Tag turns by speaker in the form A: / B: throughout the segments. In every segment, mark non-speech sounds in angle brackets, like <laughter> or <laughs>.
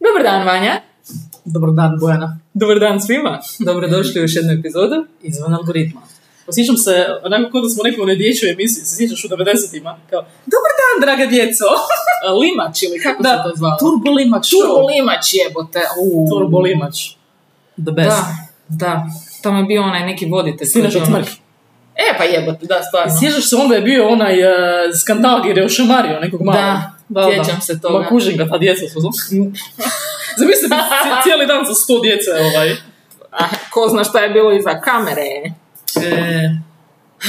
A: Dobar dan, Vanja.
B: Dobar dan, Bojana.
A: Dobar dan svima. Dobrodošli u još jednu epizodu.
B: Izvan algoritma.
A: Osjećam se onako kao da smo nekom na dječjoj emisiji, se sjećaš u 90-ima. Kao, dobar dan, draga
B: <laughs>
A: djeco. limač ili kako
B: Da,
A: se to zvalo?
B: Turbo Limač Show.
A: Turbo limač jebote.
B: Uuu.
A: Turbo limač.
B: The best.
C: Da, da. Tamo je bio onaj neki voditelj.
A: Sinaš od
C: koji je ono-
A: smrti.
C: E, pa jebote, da, stvarno.
A: Sjećaš se onda je bio onaj e, skandal jer je ošamario nekog malog.
C: Da, sjećam se toga.
A: Ma kužim ga, ta djeca su.
B: <laughs>
A: Zamisli, cijeli- cijeli dan sa sto djece ovaj.
C: Ah, ko zna šta je bilo iza kamere.
A: E,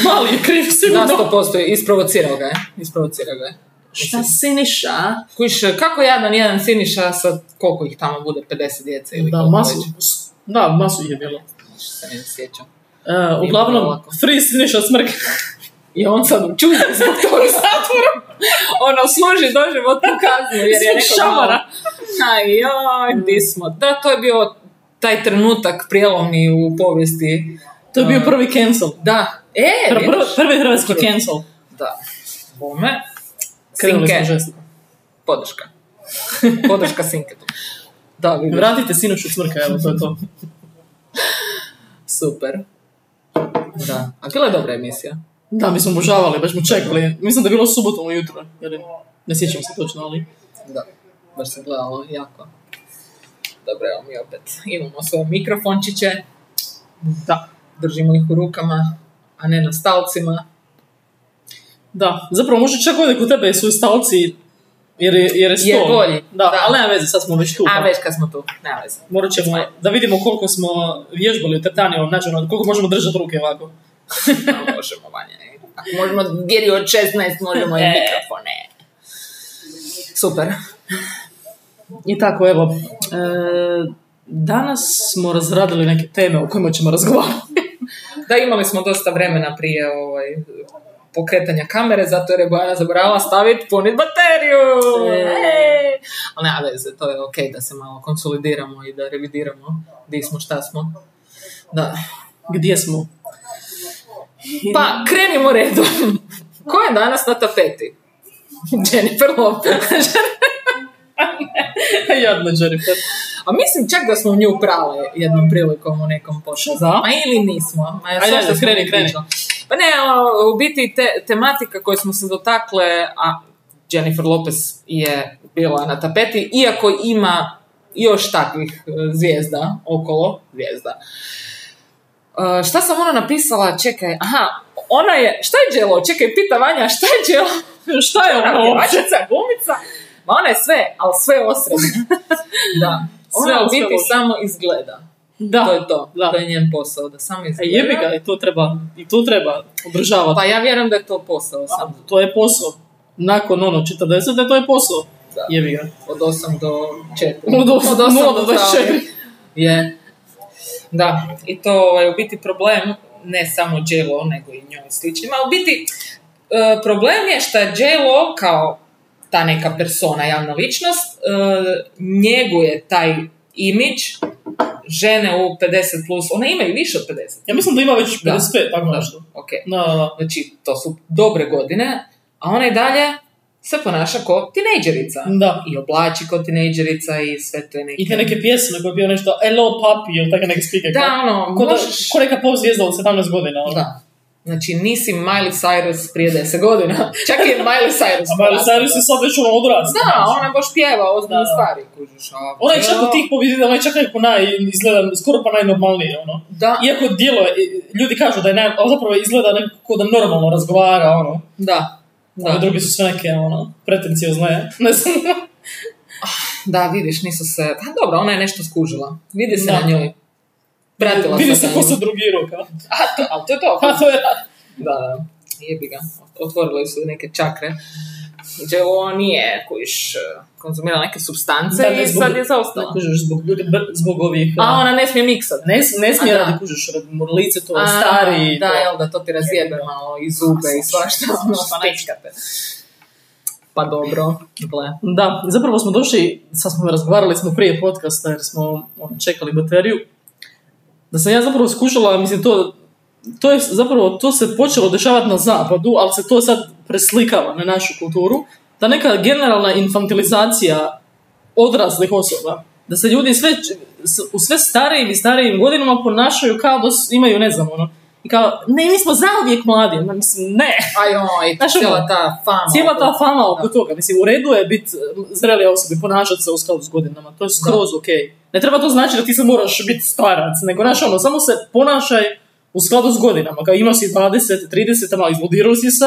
A: mali je kriv
C: Da,
A: sigurno.
C: sto postoji, isprovocirao ga je. Isprovocirao ga je.
A: Šta Siniša?
C: Kuš, kako jadan jedan Siniša sa koliko ih tamo bude, 50 djece ili
A: Da,
C: koliko
A: masu.
C: već,
A: Da, masu ih je bilo.
C: se ne sjećam.
A: E,
C: Nije bilo
A: uglavnom,
C: lako.
A: free Siniša smrk.
C: I on sad u čudu zbog
A: <laughs>
C: toga zatvora. ono, služi doživotnu kaznu jer je
A: Zbog
C: nekog
A: šamara.
C: malo- Aj, joj, di smo. Da, to je bio taj trenutak prijelomni u povijesti.
A: To je bio
C: E,
A: prvi cancel.
C: Da. E,
A: Pr- prvi,
C: vidiš?
A: prvi hrvatski cancel.
C: Da. Bome.
A: Krenuli
C: Sinke.
A: smo žestno.
C: Podrška. Podrška Sinketu. Da, vidiš.
A: Vratite Sinošu smrka, evo, to je to.
C: Super. Da. A bila je dobra emisija.
A: Da, mi smo obožavali, baš smo čekali. Mislim da je bilo subotom ujutro, jer ne sjećam se točno, ali...
C: Da. Baš se gledalo jako. Dobro, evo mi opet imamo svoje mikrofončiće.
A: Da.
C: Držimo ih u rukama, a ne na stalcima.
A: Da, zapravo možda čak ovdje kod tebe su stalci, jer je, jer je sto.
C: Je bolji,
A: Da,
C: da.
A: ali nema veze, sad smo već tu.
C: A
A: pa
C: već kad smo tu, ne veze.
A: Morat ćemo da vidimo koliko smo vježbali u tetanijevom načinu, koliko možemo držati ruke ovako.
C: Ne možemo vanje. Ako možemo djeri od 16, možemo i
A: E.
C: mikrofone. Super.
A: I tako, evo, e, danas smo razradili neke teme o kojima ćemo razgovarati.
C: Da, imali smo dosta vremena prije ovaj, pokretanja kamere, zato jer je Bojana zaboravila staviti punit bateriju.
A: E.
C: E. Ali nema veze, to je ok da se malo konsolidiramo i da revidiramo di smo, šta smo. Da.
A: <laughs> Gdje <laughs> smo?
C: Pa, krenimo redom. <laughs> Ko je danas na tapeti? Jennifer Lopez.
A: Jadna Jennifer.
C: A mislim čak da smo nju prale jednom prilikom u nekom pošlu.
A: Šta?
C: Ma ili nismo. Ma,
A: Ajde,
C: svašta
A: ajde,
C: smo
A: kreni, kreni.
C: pričali. Pa ne, o, u biti te, tematika koju smo se dotakle, a Jennifer Lopez je bila na tapeti, iako ima još takvih e, zvijezda okolo, zvijezda. E, šta sam ona napisala? Čekaj, aha, ona je, šta je djelo? Čekaj, pita Vanja, šta je djelo?
A: <laughs> Šta je
C: Ona
A: ono uopće?
C: pjevačica, glumica. Ma ona je sve, ali sve
A: <laughs>
C: osrednje. da. Ona
A: Sve, ali
C: u
A: sve
C: biti
A: loše.
C: samo izgleda.
A: Da.
C: To je to.
A: Da.
C: To je njen posao, da samo
A: A
C: izgleda.
A: jebi ga, i to treba, i to treba održavati.
C: Pa ja vjerujem da je to posao
A: A,
C: samo.
A: to je posao. Nakon ono 40 to je posao.
C: Da.
A: Jebi ga.
C: Od 8 do 4.
A: Od osam-
C: osam
A: nula do 24.
C: Je. Da, i to je u biti problem ne samo J-Lo, nego i njoj sličnima. U biti, e, problem je što je J-Lo kao ta neka persona, javna ličnost, e, njeguje taj imidž žene u 50+, plus, one imaju više od 50,
A: Ja mislim da ima već 55,
C: Da.
A: tako nešto.
C: ok.
A: Da, da, da.
C: Znači, to su dobre godine, a ona i dalje se ponaša kao tinejdžerica.
A: Da.
C: I oblači kao tinejdžerica i sve te neke...
A: I te neke pjesme koje je bio nešto Hello Papi ili tako neke spike.
C: Da, ono,
A: Ko, da,
C: možeš...
A: ko neka pop zvijezda od 17 godina. ono.
C: Da. Znači, nisi Miley Cyrus prije 10 godina. <laughs> Čak je Miley Cyrus.
A: A Miley
C: porasla.
A: Cyrus je sad već ono odrasla.
C: Da, ona baš pjeva ozbiljne
A: Da.
C: stvari, kužiš. a-
A: Ona je čak od tih pobjedina, ona je čak nekako naj, izgleda skoro pa najnormalnije, ono.
C: Da,
A: Iako djelo, je- ljudi kažu da je naj, ali zapravo izgleda nekako ko da normalno razgovara, ono.
C: da.
A: Da.
C: Da.
A: drugi su sve neke, ono, pretencijozne, ne
C: <laughs>
A: znam.
C: da, vidiš, nisu se... Pa dobro, ona je nešto skužila. Vidi se
A: Da.
C: na njoj. Pratila
A: Vidi
C: sam
A: se
C: na
A: ko
C: nju.
A: se drugirao, kao.
C: A, to, ali to je to.
A: A to je
C: Da, da, jebi ga. Otvorile su neke čakre. Đelo nije, kojiš, konzumirala neke substance
A: Da, da,
C: i
A: zbog-
C: sad je
A: Da,
C: zaostala.
A: kužiš, zbog, ljudi, br- zbog ovih...
C: A
A: uh,
C: ona ne smije miksat.
A: Ne, ne smije
C: A, da.
A: radi, kužiš, radi moralice, to
C: A,
A: stari...
C: Da,
A: to.
C: jel da, to ti razjebe malo i zube i svašta. ono, Pa nečkate. Pa dobro, gle.
A: Da, zapravo smo došli, sad smo razgovarali smo prije podcasta jer smo ono, čekali bateriju, da sam ja zapravo skušala, mislim to, to je zapravo, to se počelo dešavati na zapadu, ali se to sad preslikava na našu kulturu, da neka generalna infantilizacija odraslih osoba da se ljudi sve, s- u sve starijim i starijim godinama ponašaju kao da su- imaju, ne znam, ono, i kao, ne, mi smo zauvijek mladi, Ma, mislim, ne.
C: Aj, oj,
A: Znaš, ono,
C: cijela ta fama.
A: Cijela ta
C: <laughs>
A: fama oko toga, mislim, u redu je e, biti zreli osobi, ponašati se u skladu s godinama, to je skroz ok. Ne treba to znači da ti se moraš biti starac, nego znaš ono, samo se ponašaj u skladu s godinama, kao imao si 20, 30, malo izludirao si se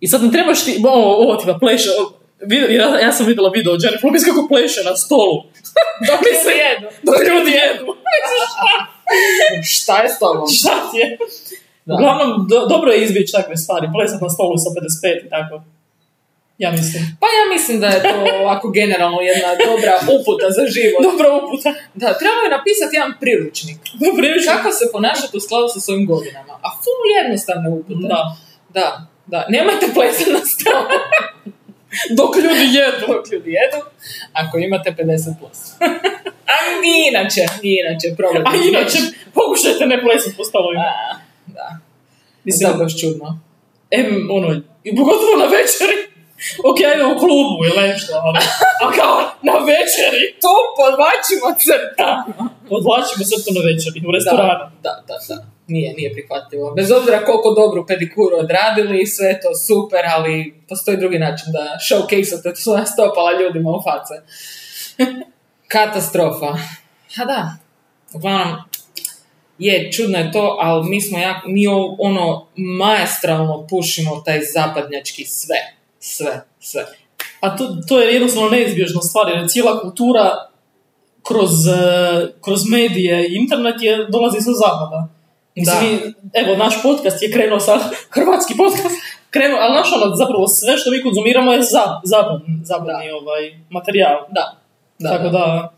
A: i sad ne trebaš ti, ovo, ovo ti ga pleše, o, vid- ja, ja sam vidjela video od Jennifer Lopez kako pleše na stolu. da mi se jedu, da ljudi jedu. <laughs>
C: Šta je s tobom?
A: Šta ti je?
C: Da.
A: Uglavnom, do- dobro je izbjeći takve stvari, plesat na stolu sa 55 i tako. Ja mislim.
C: Pa ja mislim da je to ovako generalno jedna dobra uputa za život.
A: Dobra uputa.
C: Da, trebaju napisati jedan priručnik.
A: Dobro je
C: Kako se ponašati u skladu sa svojim godinama. A ful jednostavne upute.
A: Da.
C: Da, da. Nemojte plesati na stolu.
A: <laughs> Dok ljudi jedu.
C: Dok ljudi jedu, ako imate 50 plus. <laughs> A ni inače, ni inače, problem.
A: A inače, pokušajte ne plesat po stolovima.
C: A, da.
A: Mislim,
C: Mislim, da, baš čudno.
A: em, ono, i pogotovo na večeri. Ok, ajde u klubu ili nešto, ali, a kao na večeri.
C: Tu podvačimo crta.
A: Odlačimo se to na večeri, u
C: Da,
A: restoranu.
C: da, da, da. Nije, nije prihvatljivo. Bez obzira koliko dobru pedikuru odradili, sve je to super, ali postoji drugi način da showcase-ate svoja stopala ljudima u face. <laughs> Katastrofa. A da, uglavnom, je, čudno je to, ali mi smo jako, mi o- ono maestralno pušimo taj zapadnjački sve, sve, sve.
A: A to, to je jednostavno neizbježna stvar, jer cijela kultura kroz, eh, kroz medije i internet je, dolazi sa zapada. Mislim, evo, naš podcast je krenuo sa, <laughs> hrvatski podcast, krenuo, ali naš ono, zapravo sve što mi konzumiramo je za, zapadni, zapadni ovaj, materijal.
C: Da. Da,
A: Tako
C: da.
A: da,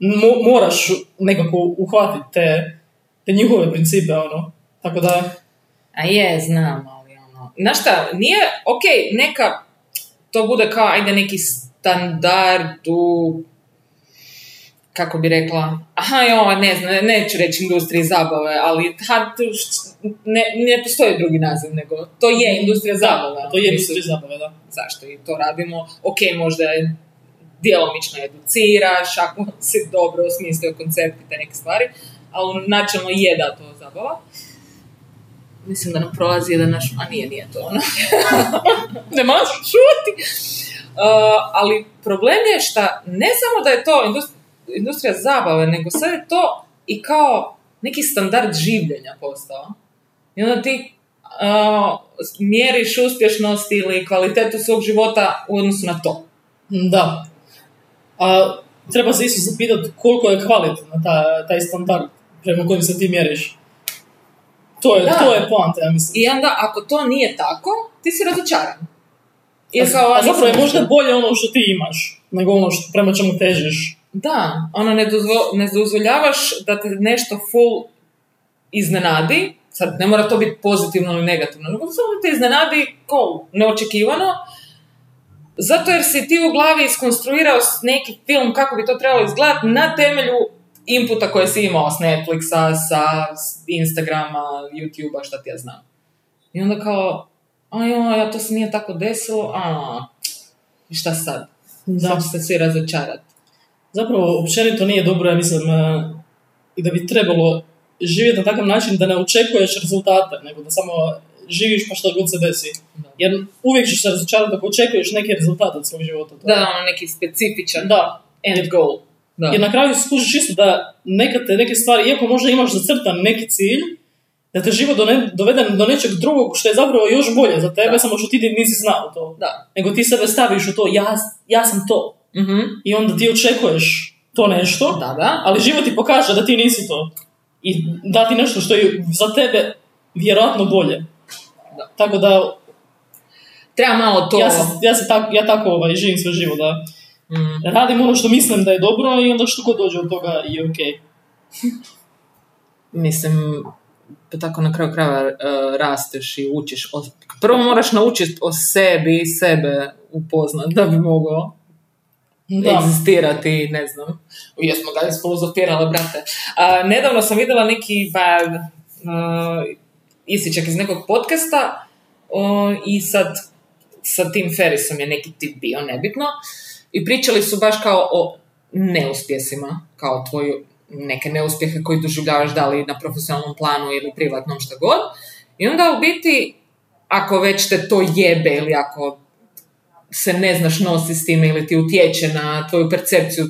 A: mo- moraš nekako uhvatiti te, te njihove principe, ono. Tako da,
C: A je, znam, ali ono... Znaš šta, nije, ok, neka to bude kao, ajde, neki standard u, kako bi rekla, aha, jo, ne znam, ne- neću reći industriji zabave, ali ha, tu št- ne, ne postoji drugi naziv, nego to je industrija zabave.
A: to je
C: Mislim,
A: industrija zabave, da.
C: zašto i to radimo. Ok, možda je djelomično educiraš, ako si dobro osmislio koncept i te neke stvari, ali ono, načelno je da to zabava. Mislim da nam prolazi jedan naš... A nije, nije to ono. ne možeš čuti. Uh, ali problem je šta ne samo da je to indust- industrija zabave, nego sve je to i kao neki standard življenja postao. I onda ti uh, mjeriš uspješnost ili kvalitetu svog života u odnosu na to.
A: Mm, Da. A treba se isto zapitati koliko je kvalitetan ta, taj standard prema kojem se ti mjeriš. To je,
C: Da.
A: to je poanta, ja mislim.
C: I onda ako to nije tako, ti si razočaran.
A: A,
C: Jer kao,
A: a zapravo je možda bolje ono što ti imaš, nego ono što, prema čemu težiš.
C: Da, ono ne, dozvo, ne dozvoljavaš da te nešto full iznenadi, sad ne mora to biti pozitivno ili negativno, nego samo te iznenadi kao neočekivano, zato jer si ti u glavi iskonstruirao s- neki film kako bi to trebalo izgledati na temelju inputa koje si imao s Netflixa, sa s Instagrama, YouTubea, šta ti ja znam. I onda kao, ajoj, ja to se nije tako desilo, a, i šta sad?
A: Da.
C: Sad će se svi razočarati.
A: Zapravo, općenito nije dobro, ja mislim, e, i da bi trebalo živjeti na takav način da ne očekuješ rezultate, nego da samo živiš pa što god se desi.
C: Da.
A: Jer uvijek ćeš se razočarati ako očekuješ neke rezultate od svog života.
C: Da, ono neki specifičan
A: da.
C: end goal. Da.
A: Jer na kraju skužiš isto da nekad te neke stvari, iako možda imaš zacrtan neki cilj, da te život done- dovede do nečeg drugog što je zapravo još bolje za tebe,
C: Da.
A: samo što ti ni- nisi znao to.
C: Da.
A: Nego ti sebe staviš u to, ja, ja sam to.
C: Mhm.
A: I onda ti očekuješ to nešto,
C: Da, da.
A: ali život ti pokaže da ti nisi to. I da ti nešto što je za tebe vjerojatno bolje.
C: Da.
A: Tako da,
C: Treba malo to...
A: ja, se, ja, se tak, ja tako ovaj, živim svoj život, da
C: Mm.
A: radim ono što mislim da je dobro i onda što god dođe od toga je okej.
C: Mislim, pa tako na kraju krajeva e, rasteš i učiš. o- prvo moraš naučiti o sebi i sebe upoznat da bi mogao
A: Da.
C: egzistirati, ne znam. Ja smo ga isfilozofirale, brate. A, nedavno sam vidjela neki ba, e, isičak iz nekog podcasta o, i sad sa Tim Ferrisom je neki tip bio, nebitno. I pričali su baš kao o neuspjesima, kao tvoju neke neuspjehe koji doživljavaš da li na profesionalnom planu ili privatnom šta god. I onda u biti, ako već te to jebe ili ako se ne znaš nosi s time ili ti utječe na tvoju percepciju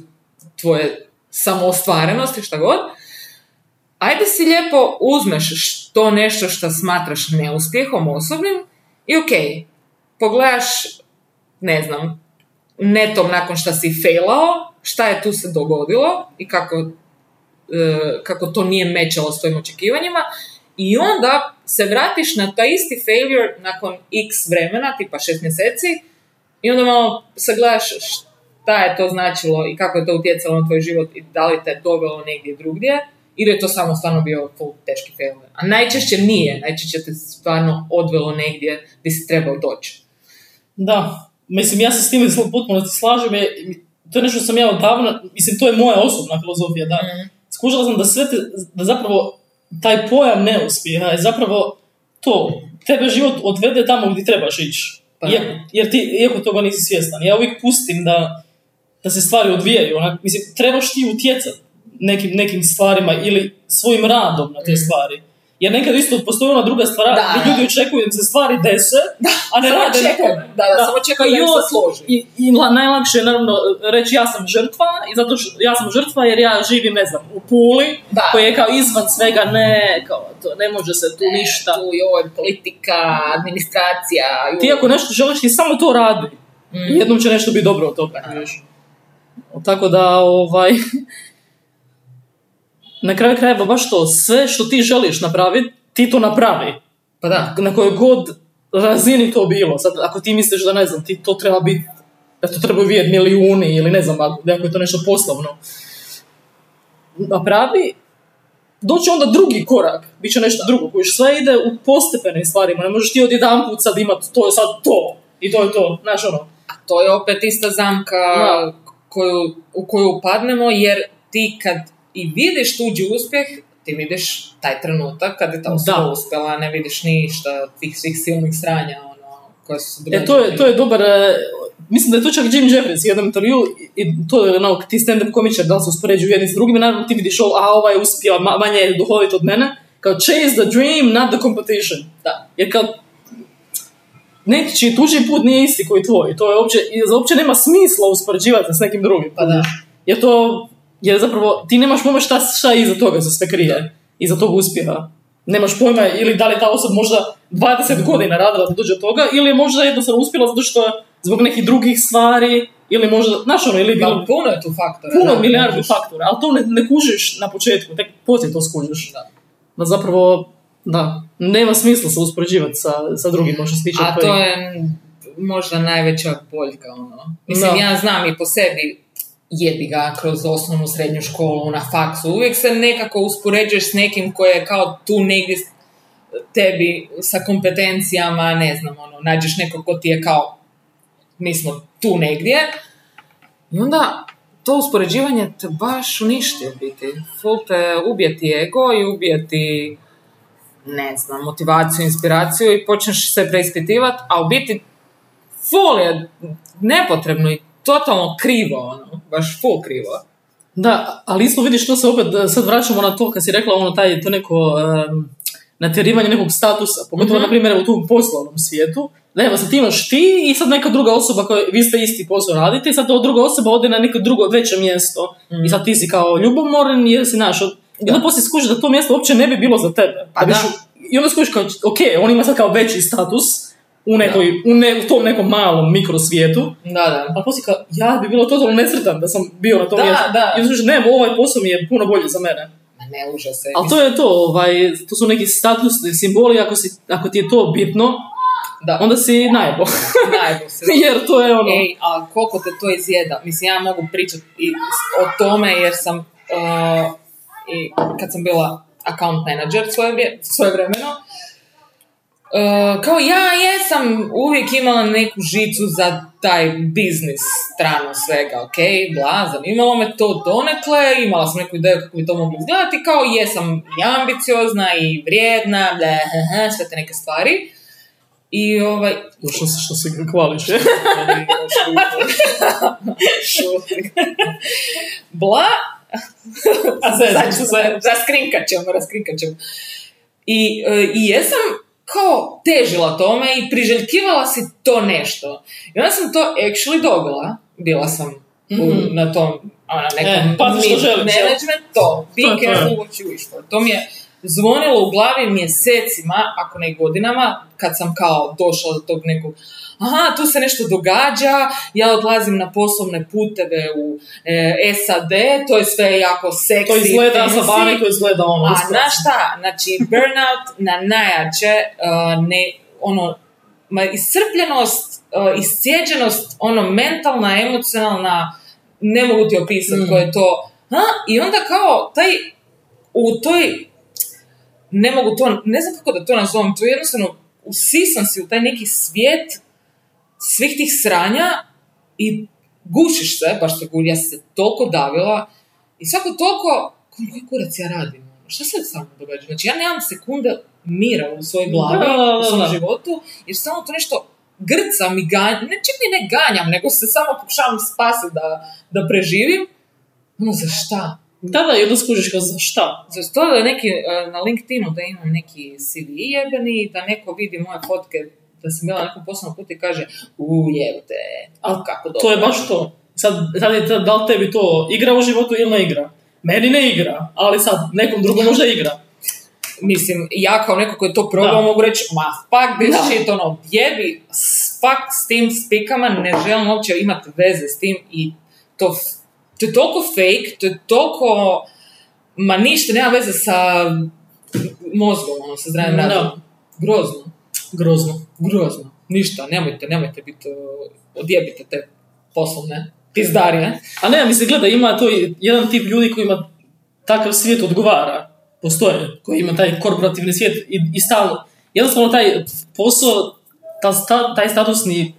C: tvoje samoostvarenosti, šta god, ajde si lijepo uzmeš to nešto što smatraš neuspjehom osobnim i ok, pogledaš, ne znam, netom nakon što si failao, šta je tu se dogodilo i kako, e, kako to nije mećalo s tvojim očekivanjima i onda se vratiš na taj isti failure nakon x vremena, tipa šest mjeseci, i onda malo sagledaš šta je to značilo i kako je to utjecalo na tvoj život i da li te dovelo negdje drugdje ili je to samo stvarno bio full teški fail. A najčešće nije, najčešće te stvarno odvelo negdje gdje si trebao doći.
A: Da, mislim, ja se s time sl- potpuno slažem, je, to je nešto što sam ja odavno, mislim, to je moja osobna filozofija, da. Skužila sam da sve te, da zapravo taj pojam neuspjeha je zapravo to, tebe život odvede tamo gdje trebaš ići.
C: Pa.
A: Iako, jer ti, iako toga nisi svjestan. Ja uvijek pustim da, da se stvari odvijaju. Onak, mislim, trebaš ti utjecat nekim, nekim stvarima ili svojim radom na te stvari. Jer nekad isto postoji ona druga stvar,
C: Mm. Da.
A: gdje ljudi očekuju da se stvari dese, a ne
C: Samo
A: rade na
C: čekam,
A: tome. Pa
C: da, da, samo čekam da im se
A: joj,
C: složi.
A: I, i la- najlakše je naravno reći ja sam žrtva, i zato što ja sam žrtva jer ja živim, ne znam, u Puli,
C: Da.
A: koja je kao izvan svega, ne, kao to, ne može se tu ništa.
C: Tu, joj, politika, administracija, joj.
A: Ti ako nešto želiš, ti samo to radi.
C: Mm.
A: Jednom će nešto biti dobro od toga. znaš. Tako da, ovaj... <laughs> Na kraju krajeva baš to, sve što ti želiš napraviti, ti to napravi.
C: Pa da.
A: na kojoj god razini to bilo. Sad, ako ti misliš da ne znam, ti to treba biti, da to trebaju vidjeti milijuni ili ne znam, ako ako je to nešto poslovno. Napravi, doći onda drugi korak, bit će nešto drugo, kojiš sve ide u postepenim stvarima, ne možeš ti odjedan put sad imat to je sad to i to je to, znaš ono.
C: A to je opet ista zamka
A: Da.
C: koju, u koju upadnemo, jer ti kad i vidiš tuđi uspjeh, ti vidiš taj trenutak kad je ta osoba
A: Da.
C: uspjela, ne vidiš ništa od tih svih silnih sranja, ono, koje su se
A: E, to, je,
C: događale.
A: to je dobar, e, mislim da je to čak Jim Jeffries u jednom intervju, i- i to je onako, ti stand-up komičar, da li se uspoređuju jedni s drugima, naravno ti vidiš ovo, a ovaj je uspio, ma- manje je duhovit od mene, kao chase the dream, not the competition. Da. Jer kao, neki čiji tuđi put nije isti koji tvoj, to je uopće, i uopće nema smisla uspoređivati se s nekim drugim.
C: Pa da.
A: Jer to, jer zapravo ti nemaš pojma šta, šta iza toga se sve krije, iza tog uspjeha. Nemaš pojma ili da li je ta osoba možda 20 godina radila da dođe do toga ili je možda jednostavno uspjela zato što je zbog nekih drugih stvari ili možda, znaš ono, ili je
C: Da,
A: bilo
C: puno je tu faktora.
A: puno
C: da.
A: milijardu faktora, ali to ne, ne kužiš na početku, tek poslije to skužiš. Da. zapravo, da, nema smisla se uspoređivati sa, sa drugim, što se tiče
C: A to
A: tvojih-
C: je možda najveća boljka, ono. Mislim,
A: Da.
C: ja znam i po sebi jebi ga kroz osnovnu srednju školu na faksu. Uvijek se nekako uspoređuješ s nekim koji je kao tu negdje s- tebi sa kompetencijama, ne znam, ono, nađeš nekog ko ti je kao mi smo tu negdje. I onda to uspoređivanje te baš uništi u biti. Ful te ubije ti ego i ubije ti ne znam, motivaciju, inspiraciju i počneš se preispitivati, a u biti ful je nepotrebno i totalno krivo, ono, baš ful krivo.
A: Da, ali isto vidiš to se opet, e, sad vraćamo na to kad si rekla ono taj, to neko em, natjerivanje nekog statusa, pogotovo
C: Mhm.
A: na primjer u tom poslovnom svijetu, da evo sad ti imaš ti i sad neka druga osoba koja, vi ste isti posao radite i sad to druga osoba ode na neko drugo veće mjesto
C: Mhm.
A: i sad ti si kao ljubomoran jer si naš, i onda poslije skužiš da to mjesto uopće ne bi bilo za tebe.
C: Pa
A: biš
C: da.
A: u- I onda skužiš kao, ok, on ima sad kao veći status u, nekoj, u, ne, u tom nekom malom mikrosvijetu,
C: Da, da.
A: a poslije kao, ja bi bilo totalno nesretan da sam bio na tom
C: Da,
A: mjestu.
C: da.
A: I slušaj, ne, ovaj posao mi je puno bolji za mene.
C: Ma ne uža se. <laughs>
A: Ali to je to, ovaj, to su neki statusni simboli, ako, si, ako ti je to bitno,
C: Da.
A: onda si najbo.
C: Najbo se.
A: <laughs> Jer to je ono...
C: Ej, a koliko te to izjeda? Mislim, ja mogu pričati i s- o tome jer sam, uh, i kad sam bila account manager svoje, vrije- svoje vremeno, uh, kao ja jesam uvijek imala neku žicu za taj biznis stranu svega, ok, bla, zanimalo me to donekle, imala sam neku ideju kako bi to moglo izgledati, kao jesam i ambiciozna i vrijedna, ble, sve te neke stvari. I ovaj,
A: Što, se- što <laughs> se hvališ, je?
C: Šuti. bla, a Znači,
A: znači
C: sad ću se, raskrinkat ćemo, raskrinkat ćemo. I, e, I jesam kao težila tome i priželjkivala si to nešto. I onda sam to actually dobila. Bila sam u-
A: Mhm.
C: na tom ona, nekom
A: E, pazi što
C: mid
A: želiš, jel?
C: management, to. Be
A: To je to.
C: careful what you wish for. To mi je zvonilo u glavi mjesecima, ako ne i godinama, kad sam kao došla do tog nekog aha, tu se nešto događa, ja odlazim na poslovne puteve u e, SAD, to je sve jako seksi.
A: To izgleda za
C: fancy.
A: vani, to izgleda ono.
C: A
A: uspješno.
C: znaš šta, znači burnout na najjače, uh, ne, ono, ma iscrpljenost, uh, iscijeđenost, ono mentalna, emocionalna, ne mogu ti
A: Mm.
C: opisati koje je to. Ha? I onda kao taj, u toj, ne mogu to, ne znam kako da to nazovem, to je jednostavno usisan si u taj neki svijet svih tih sranja i gušiš se, baš se gulja se toliko davila i svako toliko, kom koji kurac ja radim? ono, Šta se samo događa? Znači ja nemam sekunda mira u svojoj glavi,
A: Da, da, da,
C: u svom
A: da.
C: životu, jer samo to nešto grcam i ganjam, ne čak ni ne ganjam, nego se samo pokušavam spasiti da, da preživim. Ono, za šta?
A: Da, da, i onda skužiš kao za šta?
C: Znači, to je neki, e, na LinkedInu da imam neki CV jebeni, da neko vidi moje fotke, da sam bila na nekom poslovnom putu i kaže, u jebote, ali kako dobro.
A: To je baš to. Sad, sad je, to- da li tebi to igra u životu ili ne igra? Meni ne igra, ali sad nekom drugom možda igra.
C: Mislim, ja kao neko koji je to probao
A: Da.
C: mogu reći, ma fuck this
A: Da.
C: shit, ono, jebi, s- fuck s tim spikama, ne želim uopće imati veze s tim i to, f- to je toliko fake, to je toliko, ma ništa, nema veze sa mozgom, ono, sa zdravim
A: Da.
C: razumom. Grozno.
A: Grozno.
C: grozno, ništa, nemojte, nemojte biti, e, odjebite te poslovne pizdarije.
A: A ne, mislim, gledaj, ima to i jedan tip ljudi koji ima takav svijet odgovara. Postoje, koji ima taj korporativni svijet i, i stalno. Jednostavno taj posao, ta, sta- taj statusni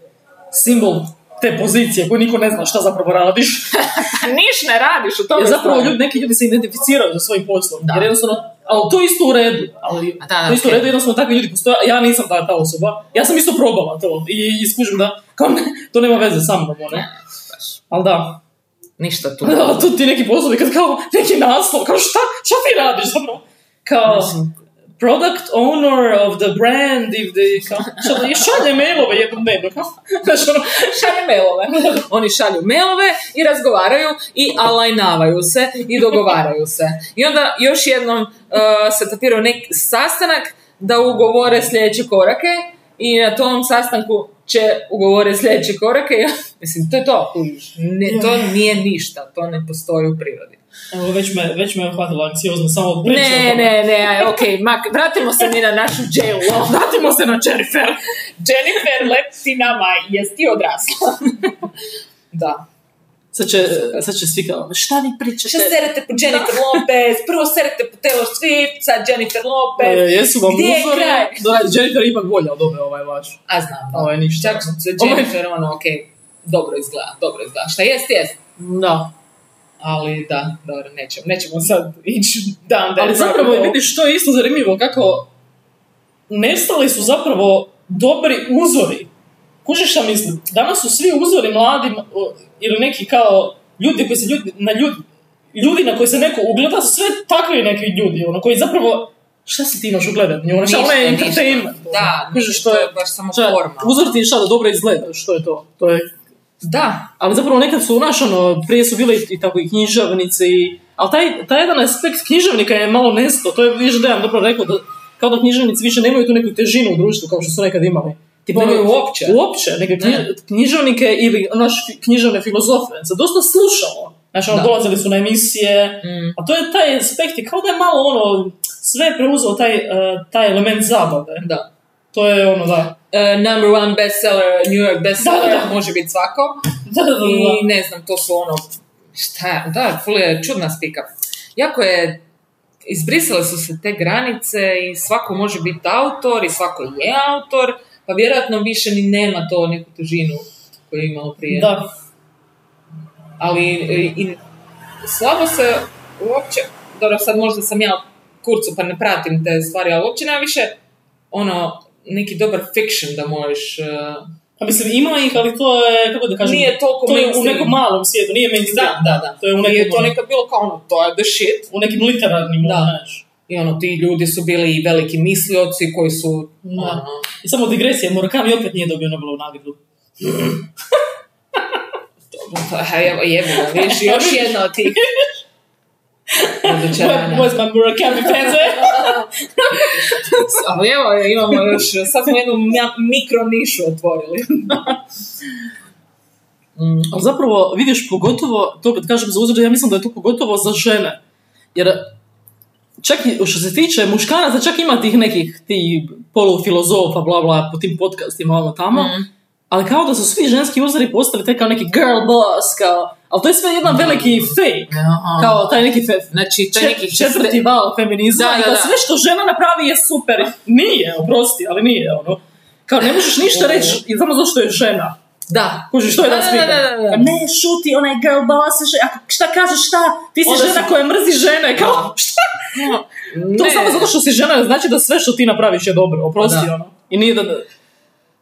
A: simbol te pozicije koju niko ne zna šta zapravo radiš.
C: <laughs> Niš ne radiš u tome.
A: Jer zapravo
C: stvari.
A: ljudi, neki ljudi se identificiraju sa svojim poslom. Jer jednostavno, ali to je isto u redu. Ali
C: A da, da,
A: to je isto u
C: okej.
A: redu, jednostavno takvi ljudi postoje. a Ja nisam ta, ta osoba. Ja sam isto probala to i, i skužim da kao ne, to nema veze sa mnom. Ono. Ali da,
C: Ništa tu.
A: Pa da, tu ti neki poslovi kad kao neki naslov, kao šta, šta ti radiš zapravo? Kao product owner of the brand, if the, kao, šta, i šalje mailove jednom dnevno, kao, znaš ono,
C: šalju mailove. <laughs> Oni šalju mailove i razgovaraju i alajnavaju se i dogovaraju se. I onda još jednom uh, se tapiraju neki sastanak da ugovore sljedeće korake i na tom sastanku će ugovore sljedeće korake. <laughs> Mislim, to je to. kužiš. Ne, to nije ništa. To ne postoji u prirodi.
A: Evo, već me, već me uhvatila anksiozno, samo od priče o
C: Ne,
A: tome.
C: ne, ne, aj, ok, mak, vratimo se mi na našu jail. Vratimo se na Jennifer. Jennifer, lep si nama, jesi ti odrasla? <laughs> da.
A: Sad će, sad će svi kao, šta vi pričate?
C: Što serete po Jennifer Lopez, prvo serete po Taylor Swift, sad Jennifer
A: E,
C: Lopez.
A: jesu vam
C: Gdje je
A: uzori?
C: kraj?
A: Da, Jennifer je ipak bolja od ove, ovaj vaš.
C: A znam, da.
A: Ovo je ništa.
C: Čak se
A: Ovo je-
C: Jennifer, ono, ok, dobro izgleda, dobro izgleda. Šta jest, jest.
A: Da.
C: Ali da, dobro, nećemo, nećemo sad ići down that
A: Ali zapravo,
C: rabbit hole.
A: vidiš, to je isto zanimljivo, kako nestali su zapravo dobri uzori. Kužiš šta mislim? Danas su svi uzori mladi, m- o, ili neki kao ljudi koji se ljudi, na ljudi, ljudi na koji se neko ugleda su sve takvi neki ljudi, ono, koji zapravo, šta si ti imaš ugledati? Ono, šta
C: Ništa,
A: ono je
C: ništa.
A: entertainment. ono.
C: Da,
A: Kužiš,
C: to je baš samo
A: Šta,
C: forma.
A: uzor ti je šta da dobro izgleda, što je to? To je
C: Da,
A: Ali zapravo nekad su, znaš, ono, prije su bile i- i tako i književnice i... Ali taj, taj jedan aspekt književnika je malo nesto, to je više Dejan dobro rekao, da, kao da književnici više nemaju tu neku težinu u društvu kao što su nekad imali. Tipo,
C: Nemaju
A: ono,
C: uopće.
A: Uopće, neke knji-
C: Ne.
A: književnike ili naš književne filozofe se dosta slušalo. Znaš, ono,
C: Da.
A: dolazili su na emisije,
C: Mm.
A: a to je taj aspekt i kao da je malo ono, sve je preuzeo taj, eh, taj element zabave.
C: da.
A: To je ono, da.
C: Uh, number one bestseller, New York bestseller,
A: Da, da, da.
C: može biti svako.
A: Da, da, da, da.
C: I ne znam, to su ono, šta, je- da, ful je čudna spika. Jako je, izbrisale su se te granice i svako može biti autor i svako je autor, pa vjerojatno više ni nema to neku težinu koju je imalo prije.
A: Da.
C: Ali e, i, slabo se uopće, dobro sad možda sam ja u kurcu pa ne pratim te stvari, ali uopće nema više ono neki dobar fiction da možeš e,
A: A Pa mislim, ima ih, ali to je, kako da kažem,
C: Nije toliko
A: to je u
C: mainstream.
A: nekom malom svijetu, nije mainstream.
C: Da, da, da.
A: To je u nekom,
C: Nije to nekad bilo kao ono, to je the shit.
A: u nekim literarnim,
C: Da.
A: ono, znaš.
C: I ono, ti ljudi su bili i veliki mislioci koji su...
A: Da.
C: ono,
A: I samo digresija, Murakami opet nije dobio Nobelovu nagradu.
C: to- a Evo, jebi ga, vidiš, još jedna od tih. <laughs> Razočarana.
A: Where's my Murakami eh? penze?
C: <laughs> Ali evo, imamo još, sad smo jednu mja- mikro nišu otvorili.
A: Mm, ali zapravo vidiš pogotovo, to kad kažem za uzred, ja mislim da je to pogotovo za žene. Jer čak i što se tiče muškaraca, čak ima tih nekih ti polufilozofa, bla bla, po tim podcastima, ono tamo.
C: Mm.
A: Ali kao da su svi ženski uzori postali te kao neki girl boss, kao... Ali to je sve jedan veliki fake. Kao taj neki fe,
C: Znači, taj
A: čet-
C: Ono. neki...
A: četvrti val feminizma.
C: Da,
A: i
C: da, da.
A: sve što žena napravi je super. Nije, oprosti, ali nije, ono. Kao ne možeš ništa reći i samo zato što je žena.
C: Da.
A: Kužiš, to je
C: Da,
A: danas
C: da, da,
A: pitanje.
C: da, da.
A: A Ne, šuti, onaj girl boss, še- ako šta kažeš, šta? Ti si
C: Onda
A: žena
C: si-
A: koja mrzi žene, kao, šta? To
C: Ne.
A: samo zato što si žena ne znači da sve što ti napraviš je dobro, oprosti,
C: Da.
A: ono. I nije da, to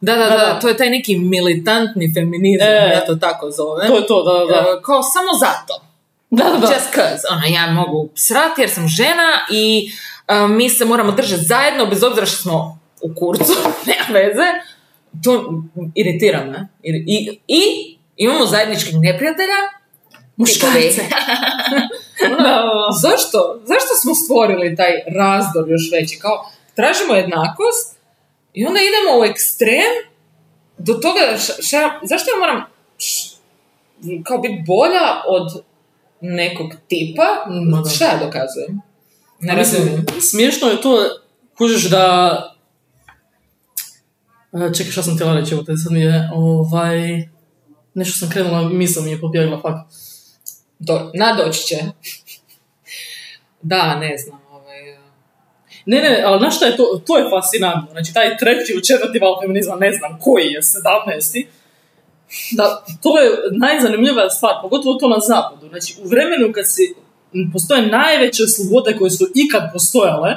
C: Da, da,
A: Da,
C: da,
A: da.
C: to je taj neki militantni feminizam,
A: E.
C: ja to tako zovem.
A: je to, da, da, da.
C: E, Kao samo zato.
A: Da, da, da.
C: <laughs> Just cause. Ono, ja mogu srati jer sam žena i e, mi se moramo držati zajedno, bez obzira što smo u kurcu, <laughs> nema veze. To iritira me. I, i, i imamo zajedničkih neprijatelja. Muškarce.
A: Da, da,
C: Zašto? Zašto smo stvorili taj razdor još veći? Kao, tražimo jednakost i onda idemo u ekstrem do toga, da š- šta ja- zašto ja moram š- kao biti bolja od nekog tipa?
A: Mm, Ma da.
C: Šta ja dokazujem? Ne
A: da. Mislim,
C: razumijem.
A: smiješno je to, kužiš da... E, Čekaj, šta sam htjela reći, evo te sad mi je, ovaj... Nešto sam krenula, misla mi je pobjegla, fakt.
C: Do, nadoći će. Da, ne znam. Ovaj,
A: Ne, ne, ali znaš šta je to? To je fascinantno. Znači, taj treći u četvrti val feminizma, ne znam koji je, sedamnesti. Da, to je najzanimljivija stvar, pogotovo to na zapadu. Znači, u vremenu kad si, m, postoje najveće slobode koje su ikad postojale,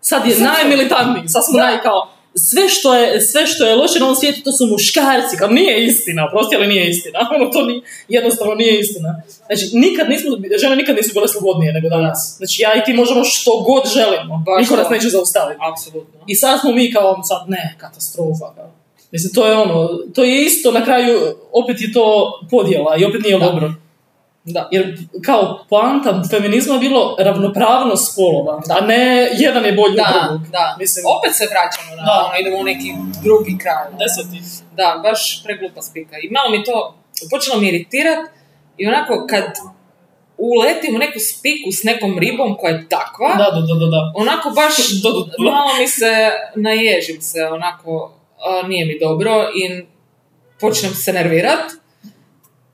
A: sad je najmilitantniji, sad smo naj kao, sve što, je, sve što je loše na ovom svijetu, to su muškarci, kao nije istina, prosti, ali nije istina, <laughs> ono to ni, jednostavno nije istina. Znači, nikad nismo, žene nikad nisu bile slobodnije nego danas. Znači, ja i ti možemo što god želimo,
C: Baš
A: niko nas
C: to.
A: neće zaustaviti.
C: Apsolutno.
A: I sad smo mi kao, sad ne, katastrofa. Kao. Mislim, to je ono, to je isto na kraju, opet je to podjela i opet nije
C: Da.
A: dobro.
C: Da.
A: Jer kao poanta feminizma je bilo ravnopravnost spolova, a ne jedan je bolji od
C: Da,
A: drugog.
C: da.
A: Mislim,
C: Opet se vraćamo na
A: Da.
C: ono, idemo u neki drugi kraj. ono.
A: deseti.
C: Da, baš preglupa spika. I malo mi to počelo mi iritirat i onako kad uletim u neku spiku s nekom ribom koja je takva,
A: Da, da, da, da, da.
C: onako baš malo mi se naježim se, onako a, nije mi dobro i počnem se nervirat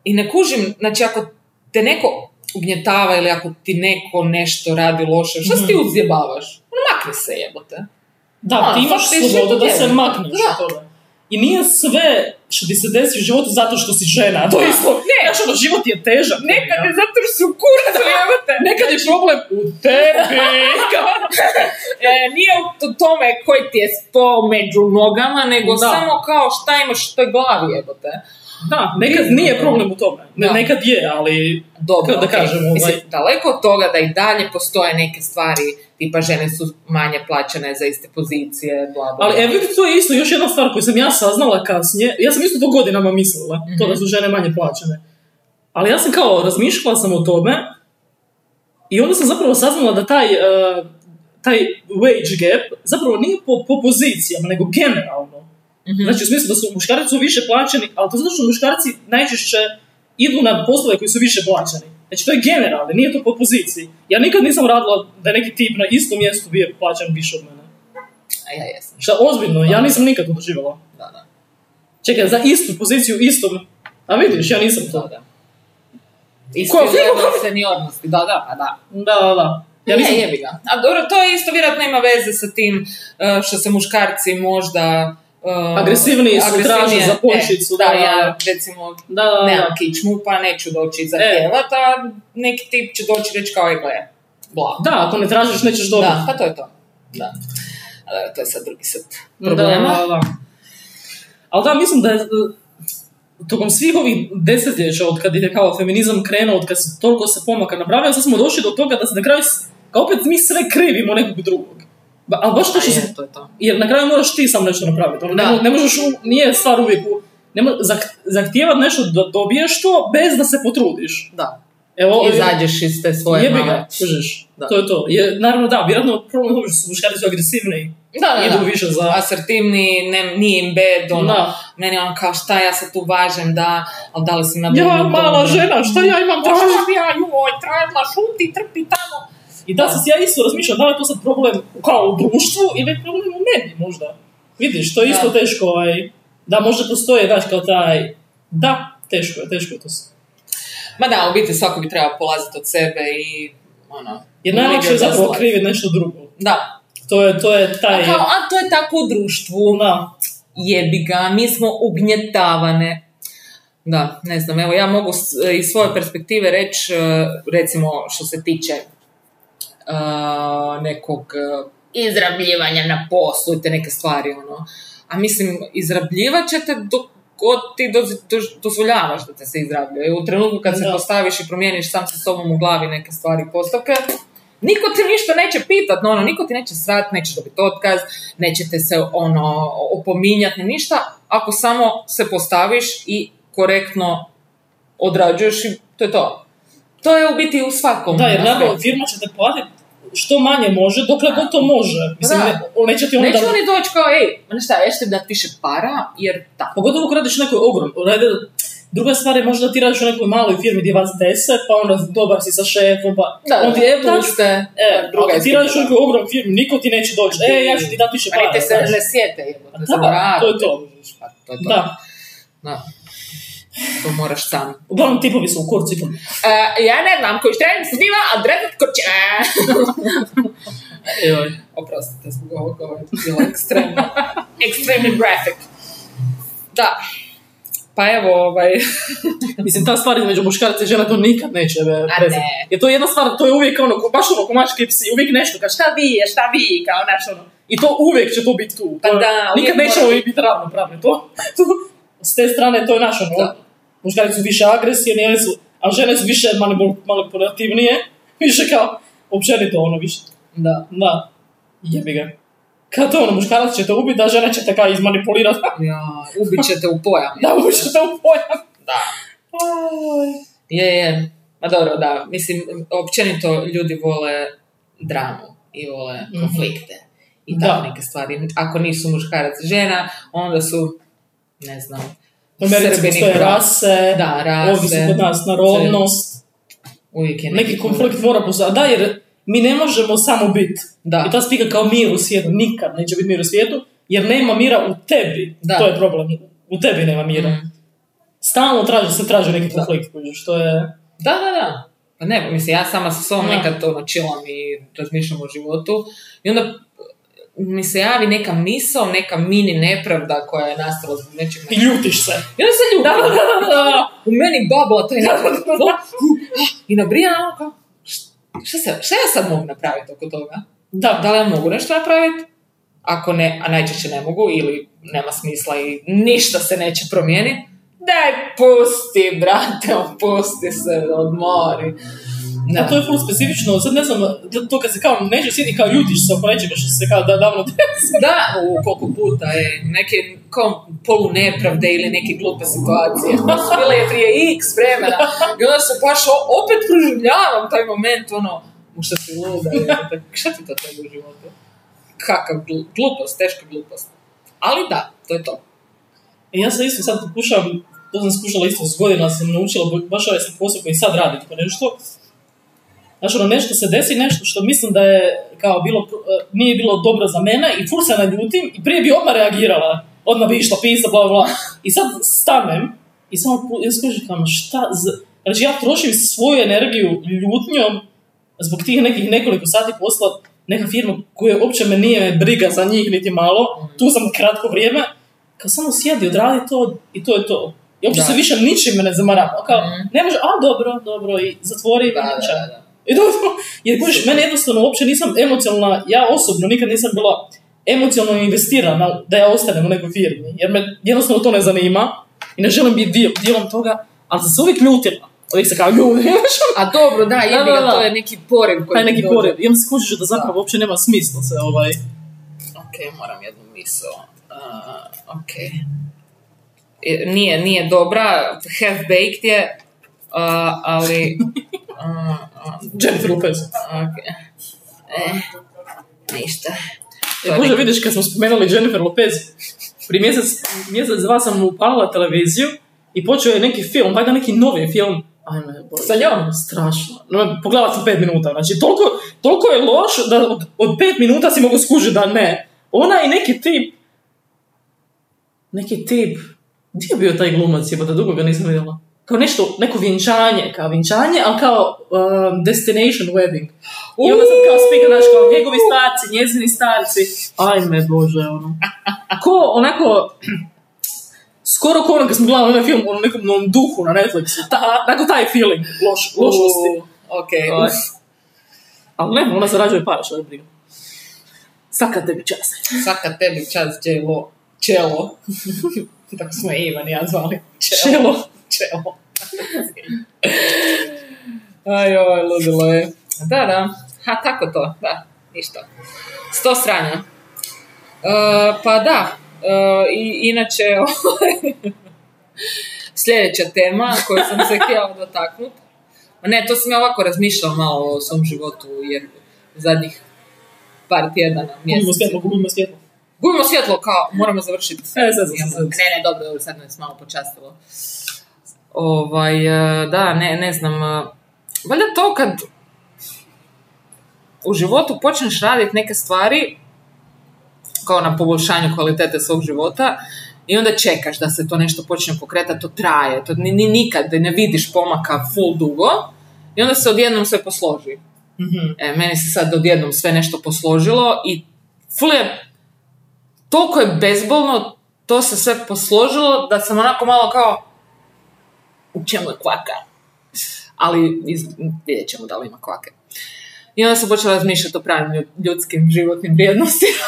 C: i ne kužim, znači ako te neko ugnjetava ili ako ti neko nešto radi loše, šta se ti
A: Mhm.
C: uzjebavaš? Ono, Makni se jebote.
A: Da,
C: A,
A: ti imaš
C: sad ti je
A: slobodu
C: život
A: da se
C: jedan.
A: makneš
C: Da.
A: od toga. I nije sve što ti se desi u životu zato što si žena. To je isto, ne, znaš, ono, život je težak.
C: E. Nekad je Znači- zato što su
A: <laughs>
C: kurcu jebote.
A: Nekad je problem u
C: <laughs>
A: tebi.
C: E, nije u t- tome koji ti je sto među nogama, nego
A: Da.
C: samo kao šta imaš u toj glavi, jebote.
A: Da, nekad nije problem u tome. Ne,
C: Da.
A: nekad je, ali...
C: Dobro,
A: Kao da
C: okej.
A: kažem, ovaj-
C: Mislim, daleko od toga da i dalje postoje neke stvari, tipa žene su manje plaćene za iste pozicije, bla, bla.
A: Ali evo vidi, to je isto još jedna stvar koju sam ja saznala kasnije. Ja sam isto to godinama mislila, to da su žene manje plaćene. Ali ja sam kao, razmišljala sam o tome i onda sam zapravo saznala da taj, eh, taj wage gap zapravo nije po, po pozicijama, nego generalno.
C: Mhm.
A: Znači, u smislu da su muškarci su više plaćeni, ali to zato što muškarci najčešće idu na poslove koji su više plaćeni. Znači, to je generalno, nije to po poziciji. Ja nikad nisam radila da je neki tip na istom mjestu bio plaćan više od mene.
C: A ja jesam.
A: Šta, ozbiljno, ja nisam nikad to doživjela.
C: Da, da.
A: Čekaj, za istu poziciju, istom. A vidiš, ja nisam
C: Da,
A: to.
C: da. Isti
A: Ko-
C: level seniornosti, da, da, pa da.
A: Da, da, da. Ja
C: Ja
A: nisam...
C: jebi ga. A dobro, to je isto vjerojatno ima veze sa tim uh, što se muškarci možda... uh,
A: Agresivniji su,
C: agresivnije-
A: traže za
C: e,
A: končicu,
C: da,
A: da,
C: ja recimo
A: Da, da,
C: nemam
A: da. E.
C: kičmu, pa neću doći za tijela, ta neki tip će doći i reći kao je gle, bla.
A: Da, ako ne tražiš, nećeš dobiti.
C: Da, pa to je to. Da. E, To je sad drugi set
A: Da,
C: problema.
A: da, da. Ali da, mislim da je e, tokom svih ovih desetljeća od kad je kao feminizam krenuo, od kad se toliko se pomaka napravio, sad smo došli do toga da se na kraju, s- kao opet mi sve krivimo nekog drugog. Ba, ali baš to što
C: A
A: se
C: je, to je to.
A: jer na kraju moraš ti sam nešto napraviti. Ono,
C: Da.
A: ne, mo- ne možeš, u- nije stvar uvijek, u- ne mo, zahtijevati nešto da dobiješ to bez da se potrudiš.
C: Da.
A: Evo,
C: Izađeš iz te svoje
A: jebi
C: male-
A: ga, kužiš.
C: Da.
A: To je to. Je, naravno da, vjerojatno problem je u tome što su muškarci agresivniji.
C: Da, da,
A: Idu
C: da.
A: više za...
C: Asertivni, ne, nije im bed, ono,
A: Da.
C: meni on kao šta ja se tu važem, da, ali da li si na
A: Ja,
C: dobrom
A: mala
C: dobru?
A: žena, šta ja imam
C: Pa
A: tražiti?
C: šta bi ja, joj, trajla, šuti, trpi tamo.
A: I da, sam si ja isto razmišljam, da li je to sad problem kao u društvu ili je problem u meni možda. Vidiš, to je isto
C: Da.
A: teško, ovaj, da možda postoje, daš kao taj, da, teško je, teško je to.
C: Ma da, u biti svako bi trebao polaziti od sebe i, ono...
A: Jer najlakše je
C: uvijek
A: zapravo
C: za
A: kriviti nešto drugo.
C: Da.
A: To je, to je taj...
C: A, kao, a to je tako u društvu.
A: Da,
C: Jebi ga, mi smo ugnjetavane. Da, ne znam, evo ja mogu s- e, iz svoje perspektive reći, e, recimo što se tiče e, nekog e, izrabljivanja na poslu i te neke stvari, ono. A mislim, izrabljivat će te dok god ti doz- doz- dozvoljavaš da te se izrabljuje. U trenutku kad se
A: Da.
C: postaviš i promijeniš sam sa sobom u glavi neke stvari i postavke, niko ti ništa neće pitat, no ono, niko ti neće srat, neće dobiti otkaz, nećete se ono opominjati, ništa, ako samo se postaviš i korektno odrađuješ i to je to. To je u biti u svakom.
A: da jer naravno
C: aspektu.
A: firma će te platiti što manje može, dokle god to može. Mislim,
C: Da.
A: ne, neće ti onda...
C: Neće oni doći kao, ej, ma šta, ja ću ti dati više para, jer da.
A: Pogotovo ako radiš u nekoj ogrom. radi- Druga stvar je možda ti radiš u nekoj maloj firmi gdje vas deset, pa onda dobar si sa šefom, pa... on ti je
C: tu ste.
A: E,
C: druga
A: ako ti
C: ekipa,
A: radiš u
C: da.
A: nekoj ogrom firmi, niko ti neće doći. E, ja ću ti dati više
C: Pa
A: para.
C: niti se
A: znaš.
C: ne sjete, jebote,
A: Da,
C: zaboravite,
A: to je to.
C: kužiš, pa to je to.
A: Da,
C: Da. To moraš sam.
A: uglavnom tipovi su u kurci.
C: E, ja ne znam koji štrenim se zbiva, a drezat koče.
A: Joj.
C: Oprostite zbog ovog, ovo je bilo
A: <laughs>
C: ekstremno. Ekstremni graphic. Da. Pa evo, ovaj...
A: Mislim, ta stvar između muškaraca i žena to nikad neće be,
C: A
A: prestati.
C: ne.
A: Jer to je jedna stvar, to je uvijek ono, ko- baš ono, ko mačke i psi, uvijek nešto, kao šta vi je, šta vi, kao naš ono. I to uvijek će to biti tu.
C: Pa
A: To je-
C: da, uvijek
A: nikad nećemo
C: mora
A: i biti ravnopravni. To, <laughs> to, s te strane to je naš ono.
C: Da.
A: Muškarci su više agresivni, oni su, a žene su više manipul- manipulativnije, više kao, općenito ono više.
C: Da.
A: Da, jebi ga. Kad to ono, muškarac će te ubiti, a žena će te kao <laughs> izmanipulirati.
C: Ja, ubit ćete u pojam.
A: da, ubiće te u pojam.
C: Da.
A: Aj.
C: Je, je. Ma dobro, da. Mislim, općenito ljudi vole dramu i vole
A: Mhm.
C: konflikte. I tako
A: Da.
C: neke stvari. Ako nisu muškarac i žena, onda su, ne znam,
A: U Americi
C: Srbini,
A: postoje
C: Hrvati.
A: rase,
C: Da, rase.
A: ovdje su kod nas narodnost,
C: Uvijek je
A: neki konflikt mora postojati. Da, jer mi ne možemo samo biti.
C: Da.
A: I ta spika kao mir u svijetu, nikad neće biti mir u svijetu, jer nema mira u tebi.
C: Da.
A: To je problem, u tebi nema mira.
C: Mhm.
A: Stalno traži, se traži neki konflikt, kužiš, to je...
C: Da, da, da. Pa ne, mislim, ja sama sa sobom
A: Da.
C: nekad ono chillam i razmišljam o životu. I onda mi se javi neka misao, neka mini nepravda koja je nastala zbog nečeg.
A: I ljutiš se.
C: I onda se ljubi. U meni babla taj nepravda. I nabrijam ono kao, "Št- šta, se, šta ja sad mogu napraviti oko toga?
A: Da,
C: Da li ja mogu nešto napraviti? Ako ne, a najčešće ne mogu ili nema smisla i ništa se neće promijeniti. Daj, pusti, brate, opusti se, odmori.
A: da. to je ful specifično, sad ne znam, to kad se kao neće sjeti kao ljutiš se oko nečega što se kao da davno <laughs> desilo.
C: Da, u koliko puta je neke kao polu nepravde ili neke glupe situacije. To su bile je prije x vremena. I onda se baš o- opet proživljavam taj moment, ono, mu šta si luda, jebote, šta ti to treba u životu? Kakav glu- glupost, teška glupost. Ali da, to je to.
A: E, Ja sam isto sad pokušavam, to sam skušala isto s godina, sam naučila baš ovaj sam posao koji sad radim, pa nešto. Znači, ono, nešto se desi, nešto što mislim da je kao bilo, e, nije bilo dobro za mene i fur se naljutim i prije bi odmah reagirala. Odmah bi išla pisa, bla, bla, bla. I sad stanem i samo pu- ja skužim kao, ma šta, za... znači ja trošim svoju energiju ljutnjom zbog tih nekih nekoliko sati posla neka firma koja uopće me nije briga za njih niti malo, tu sam kratko vrijeme, kao samo sjedi, odradi to i to je to. I uopće
C: Da.
A: se više ničime ne zamaram. Kao,
C: Mhm.
A: ne može, a dobro, dobro, i zatvori i
C: Da,
A: ničem.
C: da, da.
A: I to, to- jer kužiš, mene jednostavno uopće nisam emocionalna, ja osobno nikad nisam bila emocionalno investirana da ja ostanem u nekoj firmi, jer me jednostavno to ne zanima i ne želim biti dio, dijelom toga, ali sam se uvijek ljutila. Uvijek se kao ljudi,
C: A dobro, da, jebi
A: Da, da,
C: ga,
A: da.
C: to je neki poriv koji
A: taj
C: ti
A: neki
C: dođe.
A: pored. I onda se kužiš da zapravo uopće nema smisla se ovaj...
C: Ok, moram jednu misao. ok. E, Nije, nije dobra, half-baked je, a, ali... a, a,
A: Jennifer Lopez.
C: ok. E, ništa. To
A: E,
C: je
A: Bože,
C: neki-
A: vidiš kad smo spomenuli Jennifer Lopez, prije mjesec, mjesec dva sam upalila televiziju i počeo je neki film, valjda neki novi film. Ajme, Bože.
C: Sa njom?
A: Strašno. No, pogledala sam pet minuta, znači toliko, toliko je loš da od, od pet minuta si mogu skužiti da ne. Ona i neki tip, neki tip, gdje je bio taj glumac, jebote, dugo ga nisam vidjela. Kao nešto, neko vjenčanje, kao vjenčanje, ali kao um, destination wedding. I onda sam kao spika, znaš, kao njegovi starci, njezini starci. Ajme Bože, ono. Ko, onako, skoro ko ono kad smo gledali onaj film, ono nekom novom duhu na Netflixu. Ta, onako taj feeling, loš, lošosti.
C: U, Ok,
A: Ovaj. Ali ne, ona zarađuje para, što je briga. Svaka tebi čast.
C: svaka tebi čast, J-Lo. Čelo. <laughs> Tako smo je Ivan i ja zvali.
A: Čelo.
C: čelo. Aj, oj, ludilo je. Da, da. Ha, tako to, da. Ništa. Sto strana. E, pa da, E, i, inače, <laughs> ovaj, sljedeća tema koju sam se htjela <laughs> dotaknuti. Ne, to sam ja ovako razmišljala malo o svom životu, jer zadnjih par tjedana,
A: Gubimo
C: mjeseci.
A: svjetlo, gubimo svjetlo.
C: Gubimo svjetlo, kao, moramo završiti.
A: E, sad sam se-
C: Ne, ne, dobro, dobro, sad nas malo počastilo. Ovaj, e, da, ne, ne znam. e, Valjda to kad u životu počneš raditi neke stvari, kao na poboljšanju kvalitete svog života, i onda čekaš da se to nešto počne pokretati, to traje, to ni, ni nikad ne vidiš pomaka full dugo, i onda se odjednom sve posloži. E, meni se sad odjednom sve nešto posložilo i ful je, toliko je bezbolno, to se sve posložilo da sam onako malo kao, u čemu je kvaka? Ali iz, vidjet ćemo da li ima kvake. I onda sam počela razmišljati o pravim ljud- ljudskim životnim vrijednostima.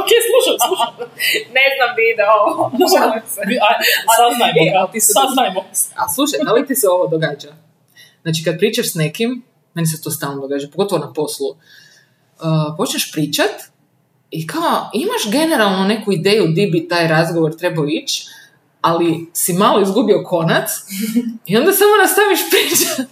A: Ok, slušam, slušam.
C: ne znam bi da ovo.
A: <laughs>
C: molim se.
A: Vi- a- Saznajmo,
C: E,
A: kao,
C: ti se-
A: saznajmo.
C: A slušaj, da li ti se ovo događa? Znači, kad pričaš s nekim, meni se to stalno događa, pogotovo na poslu, uh, počneš pričat i kao, imaš generalno neku ideju di bi taj razgovor trebao ići, ali si malo izgubio konac i onda samo nastaviš pričat.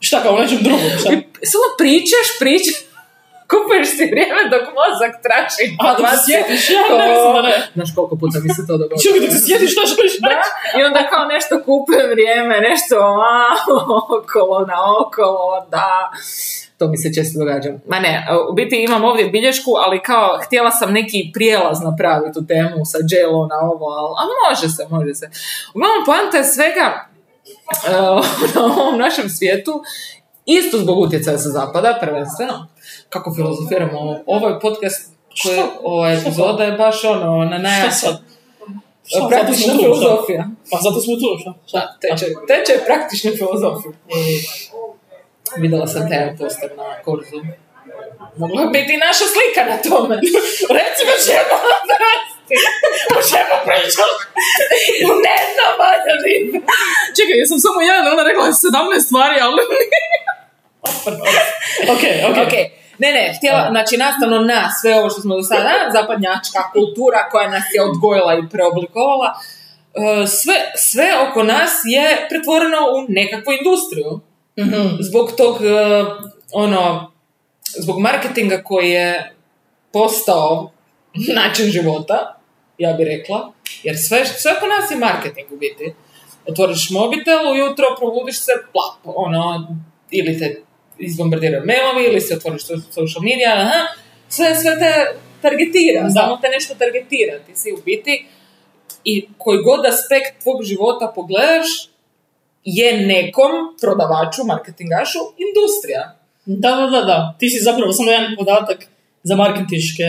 A: Šta kao, o nečem drugom, šta?
C: I Samo pričaš, pričaš, <laughs> kupuješ si vrijeme dok mozak traži
A: A, dok se
C: informacije.
A: sjetiš, ja ne mislim da ne.
C: Znaš koliko puta mi se to događa.
A: Čekaj, dok se sjetiš, šta želiš reći?
C: I onda kao nešto kupujem vrijeme, nešto ovako, <laughs> okolo, na okolo, da. To mi se često događa. Ma ne, u biti imam ovdje bilješku, ali kao htjela sam neki prijelaz napraviti u temu sa dželo na ovo, ali a može se, može se. Uglavnom, poanta je svega e, <laughs> na ovom našem svijetu, isto zbog utjecaja sa zapada, prvenstveno, kako filozofiramo ovo. Ovo je podcast koji,
A: Šta?
C: ova
A: Šta?
C: epizoda je baš ono, na
A: Šta
C: najjača
A: sad?
C: Е,
A: Šta, zato smo
C: praktična
A: tu, šta?
C: filozofija.
A: Pa zato smo tu, šta?
C: Da, tečaj, tečaj praktične filozofije. Vidjela sam taj poster na kurzu. Mogla je biti i naša slika na tome. Reci mi čemu odrasti. O čemu pričam? Ne znam, Valjerin.
A: Čekaj, jesam samo jedan, ona rekla je 17 stvari, ali... ok, ok.
C: Ok, ne, ne, htjela, znači nastavno na sve ovo što smo do sada, zapadnjačka kultura koja nas je odgojila i preoblikovala, e, sve, sve oko nas je pretvoreno u nekakvu industriju. Zbog tog, e, ono, zbog marketinga koji je postao <laughs> način života, ja bih rekla, jer sve, sve oko nas je marketing u biti. Otvoriš mobitel, ujutro probudiš se, plap, ono, ili te izbombardiraju mailovi, ili se otvoriš so- social media, aha, sve, sve te targetira,
A: Da.
C: samo te nešto targetira, ti si u biti i koji god aspekt tvog života pogledaš, je nekom prodavaču, marketingašu, industrija.
A: Da, da, da, da. Ti si zapravo samo jedan podatak za marketinške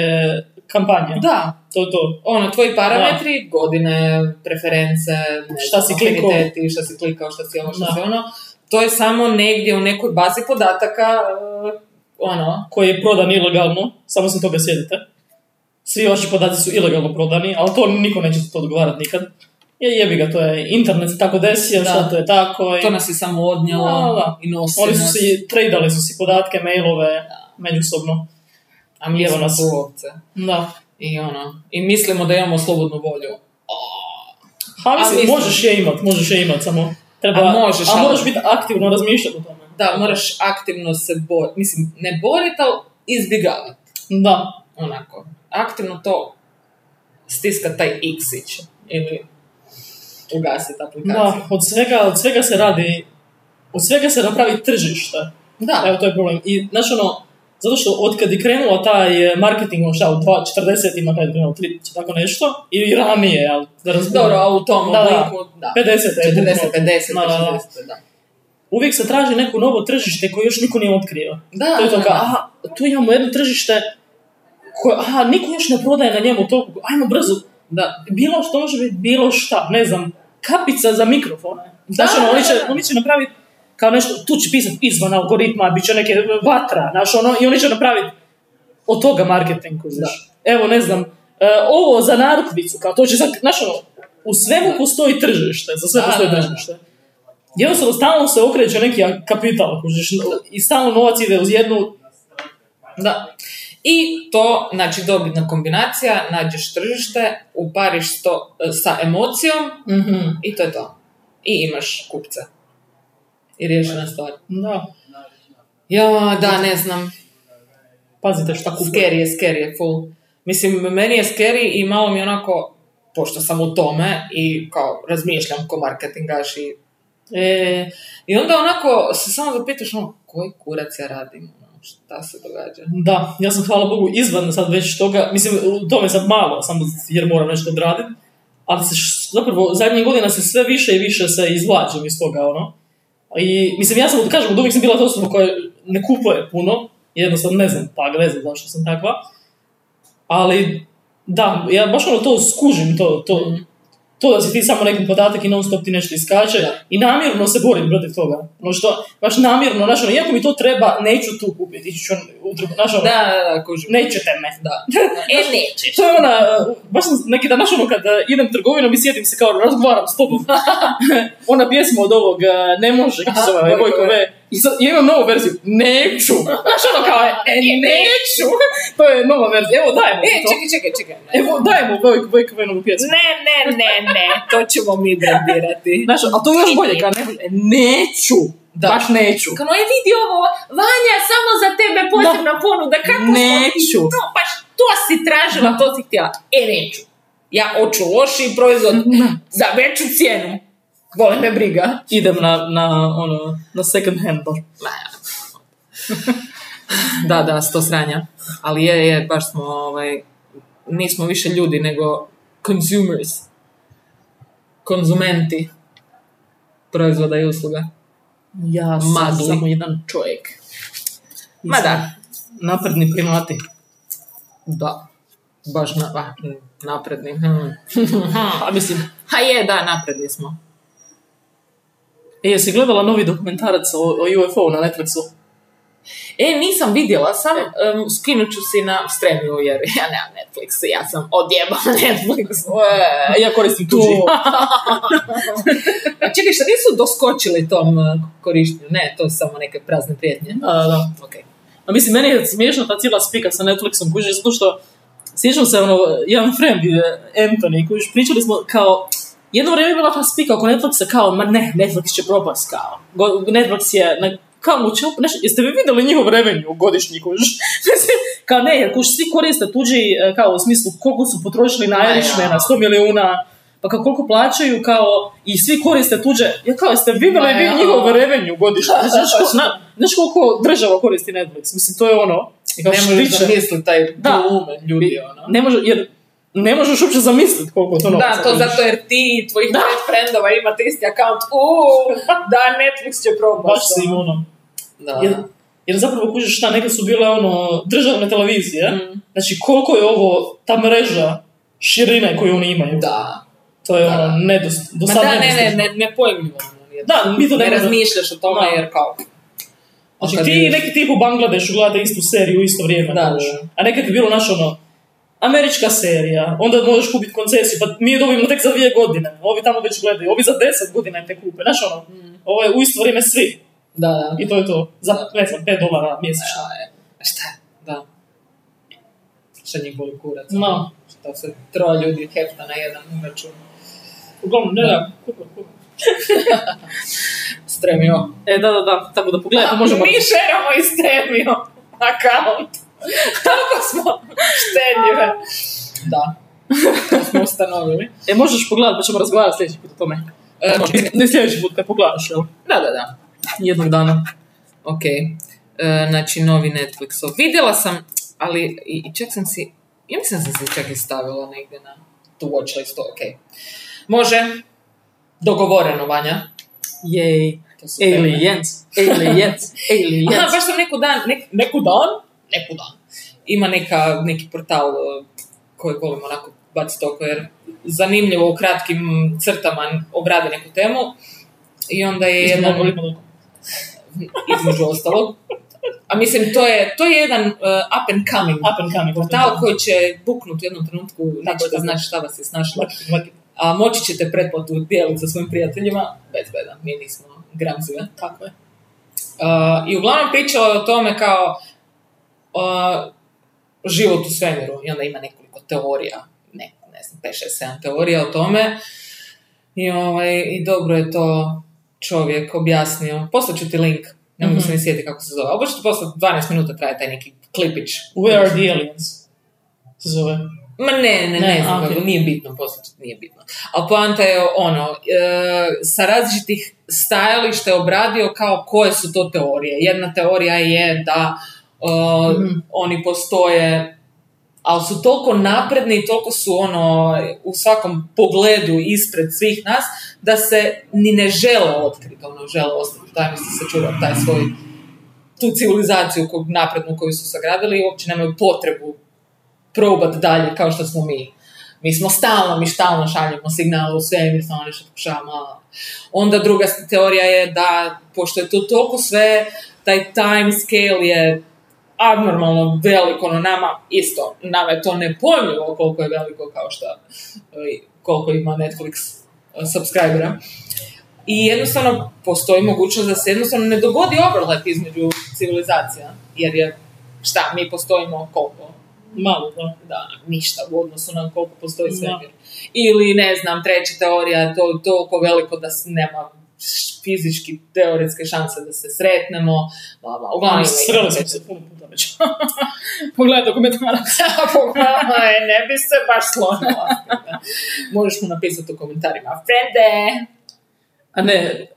A: kampanje.
C: Da,
A: To je to.
C: ono, tvoji parametri, godine, preference, ne
A: Šta
C: znam,
A: si klikao.
C: afiniteti, šta si klikao, šta si ovo, šta
A: Da.
C: si ono, to je samo negdje u nekoj bazi podataka, e, ono,
A: Koji je prodan ilegalno, samo se toga sjedite. Svi vaši podaci su ilegalno prodani, ali to niko neće za to odgovarati nikad. Je jebi ga, to je internet se tako desio,
C: Da.
A: sad to je tako. I...
C: To nas je samo odnijelo
A: Da, da.
C: i nosi
A: Oni su
C: nas.
A: si, tradali su si podatke, mailove, međusobno.
C: A mi
A: Evo
C: smo
A: nas.
C: tu ovce.
A: Da.
C: I ono, i mislimo da imamo slobodnu volju.
A: Ha, mislim,
C: mislim-
A: možeš je imat, možeš je imat, samo treba...
C: A možeš,
A: a
C: ali-
A: moraš biti aktivno razmišljati o tome.
C: Da, moraš aktivno se boriti, mislim, ne boriti, ali izbjegavati,
A: Da.
C: onako. Aktivno to stiska taj iksić ili ugasiti aplikaciju.
A: Da, od svega, od svega se radi, od svega se napravi tržište.
C: Da,
A: Evo, to je problem. I, znaš, ono, zato što od kad je krenuo taj e, marketing, ono šta, u 2.40 ima taj krenuo, 30, tako nešto, i ranije, ali da razbiju.
C: dobro, a u tom
A: Da, da.
C: obliku, da.
A: 50 je
C: 40, 50,
A: bukvalno. Da, da, da.
C: 60, da.
A: Uvijek se traži neko novo tržište koje još niko nije otkrio.
C: Da,
A: to je to
C: da,
A: kao,
C: da.
A: aha, tu imamo jedno tržište koje, aha, niko još ne prodaje na njemu toliko, ajmo brzo, da, bilo što može biti, bilo šta, ne znam, kapica za mikrofone. Znači,
C: Da,
A: ono, oni,
C: da,
A: će,
C: da.
A: oni će napraviti kao nešto, tu će pisati izvan algoritma, bit će neke vatra, znaš, ono, i oni će napraviti od toga marketing, koji Evo, ne znam, e, ovo za narukvicu, kao to će sad, znaš, ono, u svemu postoji tržište, za sve
C: Da,
A: postoji
C: da, da.
A: tržište. Jednostavno, stalno se okreće neki kapital, kužiš, i stalno novac ide uz jednu
C: Da. I to, znači dobitna kombinacija, nađeš tržište, upariš to e, sa emocijom
A: Mhm,
C: i to je to. I imaš kupce. I riješena stvar.
A: da.
C: Ja, da, ne znam.
A: Pazite šta kupuje.
C: Scary je, scary je, full. Mislim, meni je scary i malo mi je onako, pošto sam u tome i kao razmišljam ko marketingaš i... E, I onda onako se samo zapitaš ono, koji kurac ja radim? Ono, Šta se događa?
A: Da, ja sam hvala Bogu izvan sad već toga, mislim, u tome sam malo, samo jer moram nešto odraditi, ali se, š- zapravo, zadnjih godina se sve više i više se izvlačim iz toga, ono. I, mislim, ja sam, kažem, od uvijek sam bila ta osoba koja ne kupuje puno, jednostavno ne znam, pa ne znam zašto sam takva, ali, da, ja baš ono to skužim, to, to, to da si ti samo neki podatak i non stop ti nešto iskače i namjerno se borim protiv toga. Ono što, baš namjerno, znaš, ono, iako mi to treba, neću tu kupiti, ići ću u drugu, znaš, ono,
C: Da, da, da, kužim.
A: nećete me.
C: <laughs> Da.
A: E, nećeš. To je ona, uh, baš sam neki dan, znaš ono, kad uh, idem trgovinom i sjedim se kao, razgovaram s
C: <laughs>
A: tobom. ona pjesma od ovog, uh, ne može, kako se zove,
C: Aha,
A: Vojko
C: Vojko
A: V. I sad, ja imam novu verziju, neću. Znaš ono kao,
C: <laughs>
A: e, neću. to je nova verzija, evo dajmo
C: E,
A: to.
C: čekaj, čekaj, čekaj. Ne.
A: Evo dajmo Vojko, Vojko V novu pjesmu.
C: Ne, ne, ne, ne, to ćemo mi brandirati.
A: <laughs> Znaš, a to je još bolje, kao ne, neću, baš neću.
C: Kao, je vidi ovo, Vanja, samo za tebe posebna ponuda, kako
A: Neću.
C: smo ti to, baš to si tražila, to si htjela. E, neću. Ja hoću lošiji proizvod za veću cijenu. Bole me briga.
A: Idem na, na, ono, na second hand baš.
C: Da, da, sto sranja. Ali je, je, baš smo, ovaj, nismo više ljudi nego consumers. Konzumenti proizvoda i usluga.
A: Ja sam
C: Magli.
A: samo jedan čovjek.
C: Ma da,
A: Napredni primati.
C: Da. Baš na, ah, mm, napredni. <laughs> Hmm.
A: A mislim,
C: Ha je, da, napredni smo.
A: E, jesi gledala novi dokumentarac o, o UFO na Netflixu?
C: E, nisam vidjela sam, em, skinut ću si na stremiju jer <laughs> ja nemam Netflix, ja sam odjebala <laughs> Netflix.
A: E, ja koristim
C: Tu.
A: tuđi.
C: <laughs>
A: <laughs>
C: A čekaj, šta nisu doskočili tom eh, korištenju? Ne, to su samo neke prazne prijetnje.
A: Da, da, da.
C: Ok.
A: A No, mislim, meni je smiješna ta cijela spika sa Netflixom, kuži, zato što sjećam se, ono, jedan friend je Anthony, koji pričali smo kao, jedno vrijeme je bila ta spika oko Netflixa kao, ma ne, Netflix će propast, kao. Go- Netflix je, na, kao mu će, op- znaš, jeste vi vidjeli njihov revenju godišnji, kuž? <laughs> kao ne, jer kuž, svi koriste tuđi, e, kao u smislu koliko su potrošili na
C: Ma ja.
A: Irishmana, 100 milijuna, pa kao koliko plaćaju, kao, i svi koriste tuđe, ja kao, jeste vi vidjeli
C: Ma ja.
A: vi njihov revenju godišnji? Znaš, ko- zna- znaš koliko država koristi Netflix? Mislim, to je ono, i kao
C: Ne možeš
A: štiče.
C: zamisliti taj
A: Da.
C: volumen ljudi, ono.
A: Ne može, jer ne možeš uopće zamisliti koliko to novaca
C: Da, to
A: drži.
C: zato jer ti i tvojih pet friendova imate isti akaunt. <laughs> Uuu, da, Netflix će probati.
A: Baš si ono.
C: Da.
A: Jer, jer zapravo kužiš šta, nekad su bile ono državne televizije.
C: Mm.
A: Znači koliko je ovo, ta mreža širine koju oni imaju.
C: Da.
A: To je
C: Da.
A: ono nedost, do
C: Ma
A: sad
C: da, ne,
A: nedostižno.
C: ne, ne, ne pojmljivo. ono, jer
A: Da, mi to ne možemo.
C: razmišljaš o tome
A: Da.
C: jer kao...
A: Znači
C: Kad
A: ti i
C: vidiš-
A: neki tip u Bangladešu gledate istu seriju u isto vrijeme.
C: Da,
A: kužiš.
C: da, da.
A: A nekad je bilo naš ono, američka serija, onda možeš kupiti koncesiju, pa mi je dobijemo tek za dvije godine, ovi tamo već gledaju, ovi za deset godina te kupe, znaš ono, ovo je u isto vrijeme svi,
C: Da, da.
A: i to je to, za, ne znam, 5 dolara mjesečno.
C: A, e, Šta? Da. Šta njih boli kurac?
A: Ma,
C: Šta se troje ljudi hefta na jedan račun.
A: uglavnom, ne da, kupo, kupo.
C: Stremio.
A: E, da, da, da, tako da pogledajte, možemo...
C: Mi šeramo i stremio <laughs>
A: <laughs>
C: akaunt. Tako smo štedljive. Da. To smo ustanovili.
A: E, možeš pogledati, pa ćemo razgovarati sljedeći put o tome.
C: E,
A: Ne sljedeći put, kad pogledaš, jel?
C: da, da, da.
A: Jednog dana.
C: Ok. E, znači, novi Netflixov. Vidjela sam, ali i, i čak sam si, ja mislim da sam si čak i stavila negdje na tu watch listu, ok. Može, dogovoreno, Vanja.
B: Jej.
C: To su teme.
B: Aliens. Aliens.
C: Aha,
B: Aliens.
C: baš sam neku dan, nek, neku dan, neku dan, ima neka, neki portal e, koji volim onako baciti oko jer zanimljivo u kratkim crtama obrade neku temu i onda je
A: Između
C: jedan,
A: algoritma.
C: između ostalog, a mislim to je, to je jedan e, up and coming
A: Up and coming.
C: portal koji će buknuti u jednom trenutku, nećete
A: tako.
C: znati šta vas je snašlo,
A: Marketing, marketing.
C: a moći ćete pretplatu dijeliti sa svojim prijateljima, bez beda, mi nismo gramzive.
A: Tako je.
C: Uh, I uglavnom pričala je o tome kao uh, život u svemiru. I onda ima nekoliko teorija, ne, ne znam, 5, 6, 7 teorija o tome. I, ovaj, I dobro je to čovjek objasnio. Poslat ću ti link, ne mogu se ni sjetiti kako se zove. Oboče ću poslati, 12 minuta traje taj neki klipić.
A: Where are the aliens? Se zove.
C: Ma ne, ne, ne,
A: Ne,
C: znam
A: a, ok.
C: kako, nije bitno, poslat ću ti, nije bitno. A poanta je ono, e, sa različitih stajališta je obradio kao koje su to teorije. Jedna teorija je da e, oni postoje, ali su toliko napredni i toliko su ono u svakom pogledu ispred svih nas, da se ni ne žele otkriti, ono, žele ostati taj misli sačuvati taj svoj tu civilizaciju koju, naprednu koju su sagradili i uopće nemaju potrebu probat dalje kao što smo mi. Mi smo stalno, mi stalno šaljemo signale u svemir, stalno nešto pokušavamo. a. Onda druga teorija je da, pošto je to toliko sve, taj time scale je abnormalno veliko, no nama isto, nama je to nepojmljivo koliko je veliko kao što, e, koliko ima Netflix e, subscribera. I jednostavno postoji mogućnost da se jednostavno ne dogodi overlap između civilizacija, jer je, šta, mi postojimo koliko?
A: Malo, da.
C: da, ništa u odnosu na koliko postoji
A: Da.
C: svemir. Ili, ne znam, treća teorija, je to toliko veliko da s- nema š- fizički teoretske šanse da se sretnemo, bla, bla. Uglavnom,
A: Ono
C: ima i- <laughs>
A: Sreli smo Pa, se puno puta već. <laughs> Pogledaj dokumentarac.
C: Uglavnom, e, ne bi se baš slonila. Možeš mu napisati u komentarima. Frende!
A: A ne,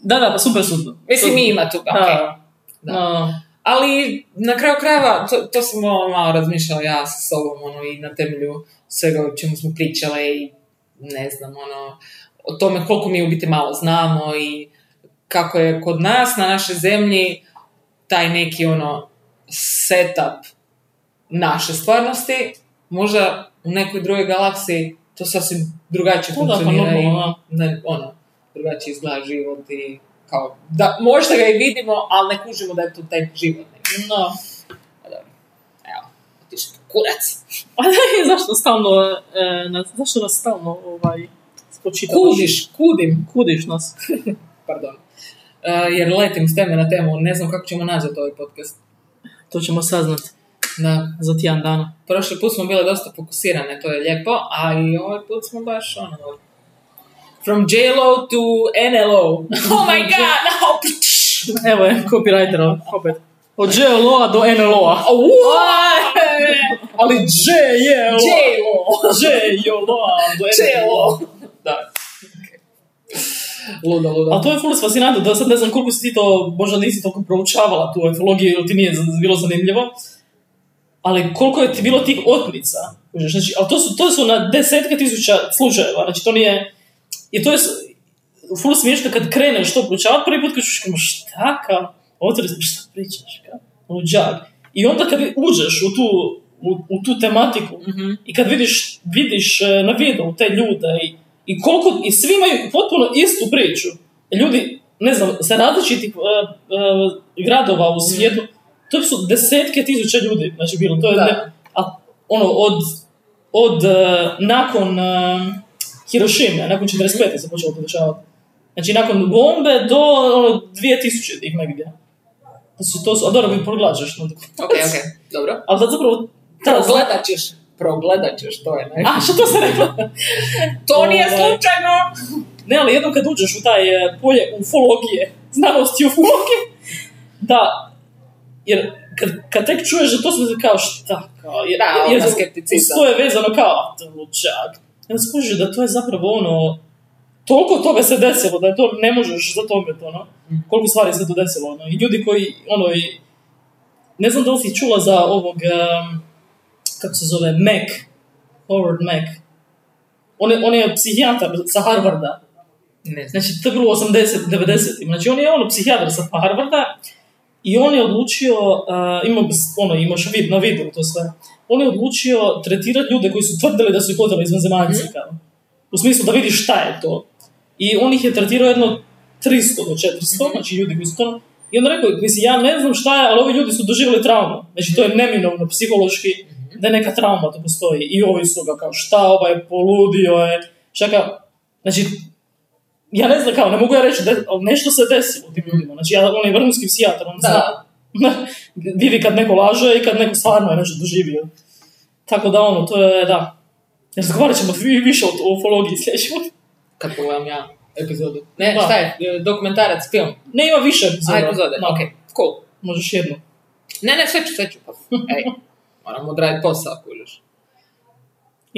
A: da, da, pa super su.
C: Mislim, ima tu,
A: Da.
C: okej. Da.
A: A, <laughs>
C: Ali na kraju krajeva, to, to sam malo, malo razmišljala ja sa sobom ono, i na temelju svega o čemu smo pričale i ne znam, ono, o tome koliko mi u biti malo znamo i kako je kod nas na našoj zemlji taj neki ono setup naše stvarnosti, možda u nekoj drugoj galaksiji to sasvim drugačije
A: To da, pa
C: funkcionira i
A: normalno,
C: ne, ono, drugačije izgleda život i kao, da, možda ga i vidimo, ali ne kužimo da je to taj život. Ne.
A: no.
C: Evo, otišao po kurac.
A: A ne, zašto stalno, e, nas, zašto nas stalno ovaj, spočitavaš?
C: Kudiš, kudim,
A: Kudiš nas.
C: pardon. E, jer letim s teme na temu, ne znam kako ćemo nazvati ovaj podcast.
A: To ćemo saznati
C: Da.
A: za tjedan dana.
C: Prošli put smo bile dosta fokusirane, to je lijepo, a i ovaj put smo baš ono... From JLO to NLO. <laughs> Oh my god, no!
A: Evo je, copywriter opet. Od GLO-a do NLO-a.
C: Au!
A: Ali J je
C: JLO!
A: J JLO-a do NLO-a.
C: JLO! Da. Luda, luda.
A: Ali to je ful fascinantno, da sad ne znam koliko si ti to, možda nisi toliko proučavala tu etologiju ili ti nije z- bilo zanimljivo, ali koliko je ti bilo tih otmica. kužiš, Znači, ali to su, to su na desetke tisuća slučajeva, znači to nije... I to je s- ful smiješno kad kreneš to proučavati, prvi put kad ćeš kao, šta kao, otvori se, šta pričaš kao, ono džag. I onda kad uđeš u tu, u, u tu tematiku,
C: Mhm.
A: i kad vidiš, vidiš e, na videu te ljude i, i koliko, i svi imaju potpuno istu priču. Ljudi, ne znam, sa različitih e,
C: Mhm.
A: e, gradova u svijetu, to su desetke tisuća ljudi, znači bilo, to je
C: Da.
A: ne- a ono, od, od e, nakon e, Hirošime, nakon 45. se počelo to dešavati. Znači, nakon bombe do ono, 2000-ih negdje. To su, to su, a dobro, vi proglađaš na dokumentaciji.
C: Ok, ok, dobro.
A: <laughs> Ali da zapravo... Ta,
C: Progledat ćeš. Progledat ćeš, to je ne.
A: a, što to se rekla?
C: to nije
A: ovaj.
C: slučajno!
A: Ne, ali jednom kad uđeš u taj e, polje ufologije, znanosti ufologije, da, jer kad, kad tek čuješ da to se kao šta, kao, jer,
C: Da,
A: jer,
C: ono,
A: jer
C: skepticizam.
A: uz to je vezano kao, a, to je lučak. Ja skužiš da to je zapravo ono, toliko toga se desilo da to ne možeš zatomiti, ono, koliko stvari se to desilo, ono, i ljudi koji, ono, i, ne znam da li si čula za ovog, em, kako se zove, Mac, Howard Mac, on je, on je psihijatar sa Harvarda,
C: Ne znam.
A: Znači, to je bilo u 80-90. Znači, on je ono psihijatar sa Harvarda i on je odlučio, uh, imao, bes- ono, imaš vid na vidu to sve, on je odlučio tretirati ljude koji su tvrdili da su ih oteli izvanzemaljci, kao. U smislu da vidi šta je to. I on ih je tretirao jedno 300 do 400, znači ljudi koji su to... I on rekao, mislim, ja ne znam šta je, ali ovi ljudi su doživjeli traumu. Znači, to je neminovno, psihološki, da je neka trauma to postoji. I ovi su ga kao, šta, ovaj je poludio je, šta kao... Znači, ja ne znam kao, ne mogu ja reći da ali nešto se desilo tim ljudima. Znači, ja, on je vrhunski psijatar, on zna. <laughs> Vidi kad neko laže i kad neko stvarno je nešto doživio. Tako da ono, to je, da. Ne razgovarat ćemo vi- više o ufologiji sljedeći put.
C: Kad pogledam ja epizodu. Ne,
A: Da.
C: šta je? e, Dokumentarac, film.
A: Ne, ima više
C: A,
A: epizoda.
C: epizode,
A: Da,
C: ok, cool.
A: Možeš jednu.
C: Ne, ne, sve ću, sve ću. pa, Ej, moramo odraditi posao, kužiš.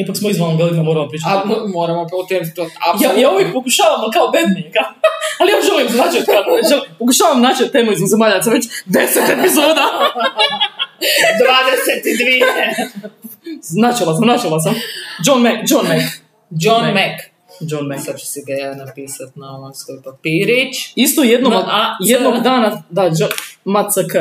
A: Ipak smo izvan Galina, moramo pričati.
C: A mo- moramo pa u tem to,
A: ja,
C: apsolutno.
A: ja uvijek pokušavam, ali kao Batman, kao. <laughs> ali ja želim znači od kada,
C: <laughs>
A: želim- pokušavam naći od temu izvanzemaljaca već deset
C: <laughs>
A: epizoda.
C: 22.
A: Načela sam, načela sam. John Mac, John Mac.
C: John
A: Mac.
C: Mac.
A: John Mac.
C: Sad ću si ga ja napisat na ovaj svoj papirić.
A: Isto jednog,
C: Ma, a,
A: jednog
C: sad-
A: dana, da, Đo- MCK,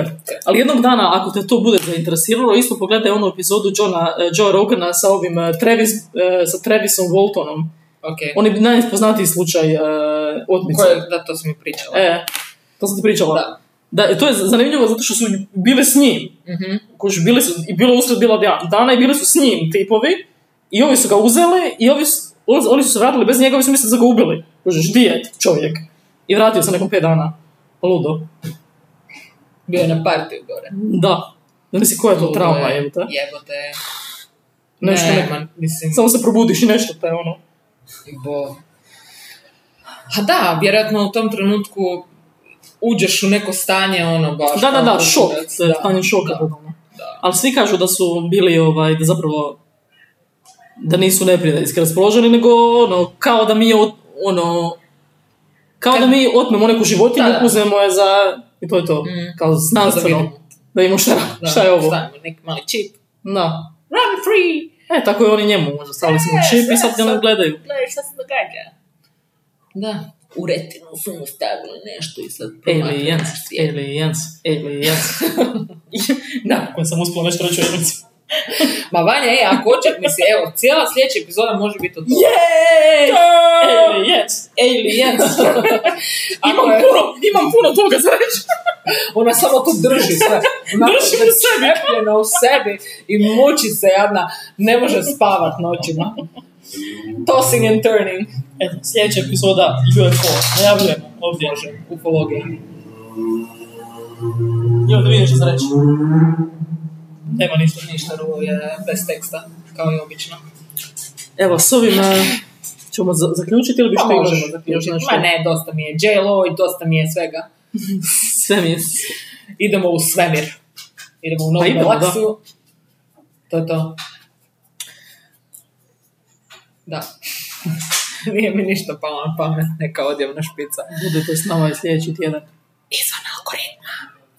A: ali jednog dana ako te to bude zainteresiralo, isto pogledaj onu epizodu Johna, eh, Joe Rogana sa ovim eh, Travis, eh, sa Travisom Waltonom.
C: Ok.
A: On je najpoznatiji slučaj eh, otmice.
C: Koje, da, to sam mi pričala.
A: E, to sam ti pričala.
C: Da.
A: Da, to je zanimljivo zato što su bile s njim.
C: Mhm.
A: Kuš, bili su, i bilo usred bila dan- dana i bili su s njim tipovi i ovi su ga uzeli i ovi su, on- oni su se vratili bez njega, ovi su mislili da su ga ubili. Kužiš, di je čovjek? I vratio se nakon pet dana. Pa Ludo.
C: Bio je na partiju gore.
A: Da. Ne misli koja je to No,
C: Ludo
A: trauma, je te?
C: Jebote.
A: Nešto
C: Ne,
A: neko.
C: ma, mislim,
A: Samo se probudiš i nešto te, ono.
C: bo... A da, vjerojatno u tom trenutku uđeš u neko stanje, ono, baš...
A: Da, da, da,
C: kao
A: šok.
C: kurac,
A: To je
C: da.
A: stanje šoka,
C: Da.
A: totalno.
C: Da.
A: Ali svi kažu da su bili, ovaj, da zapravo, da nisu neprijateljski raspoloženi, nego, ono, kao da mi, od- ono, kao
C: Kad-
A: da mi otmemo neku životinju,
C: Da, da.
A: uzmemo je za, i to je to,
C: Mm.
A: kao znanstveno,
C: Da vidimo.
A: da imamo šta,
C: Da,
A: šta je ovo.
C: stavimo neki mali čip.
A: Da.
C: Run free!
A: E, tako je oni njemu, možda stavili smo
C: E,
A: čip i sad
C: e,
A: ga ne
C: sad-
A: gledaju.
C: Gledaj šta se događa. Da. U retinu su mu stavili nešto i sad promatraju
A: Aliens,
C: naš svijet.
A: aliens,
C: <laughs>
A: aliens. Nakon sam uspjela nešto reći o aliensima.
C: Ma Vanja, ej, ako hoćeš, mislim, evo, cijela sljedeća epizoda može biti od toga.
A: Jej!
C: To!
A: Aliens!
C: Aliens! <laughs>
A: Imam puno, imam puno toga za reći.
C: Ona samo to drži sve. Onako,
A: Drži u sebi.
C: začepljena u sebi i muči se jadna. Ne može spavat noćima. Tossing and turning.
A: Eto, E, sljedeća epizoda UFO. Najavljujemo ovdje.
C: Ufologija.
A: Ima da vidiš za reći. Nema ništa.
C: Ništa drugo je bez teksta, kao i obično.
A: Evo, s ovim eh, ćemo za- zaključiti ili bi što imali
C: Pa možemo
A: još Znači,
C: zaključiti.
A: nešto?
C: Ma ne, dosta mi je J-Lo i dosta mi je svega.
A: Sve mi je...
C: Idemo u svemir. Idemo u novu
A: Pa idemo, da.
C: galaksiju. To je to. Da. <laughs> Nije mi ništa palo na pamet, neka odjevna špica.
A: Budete s nama i sljedeći tjedan.
C: Izvan algoritma.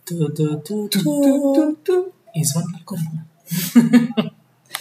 A: Tu, tu, tu, tu,
C: Tu, tu, tu.
A: Izvan algoritma.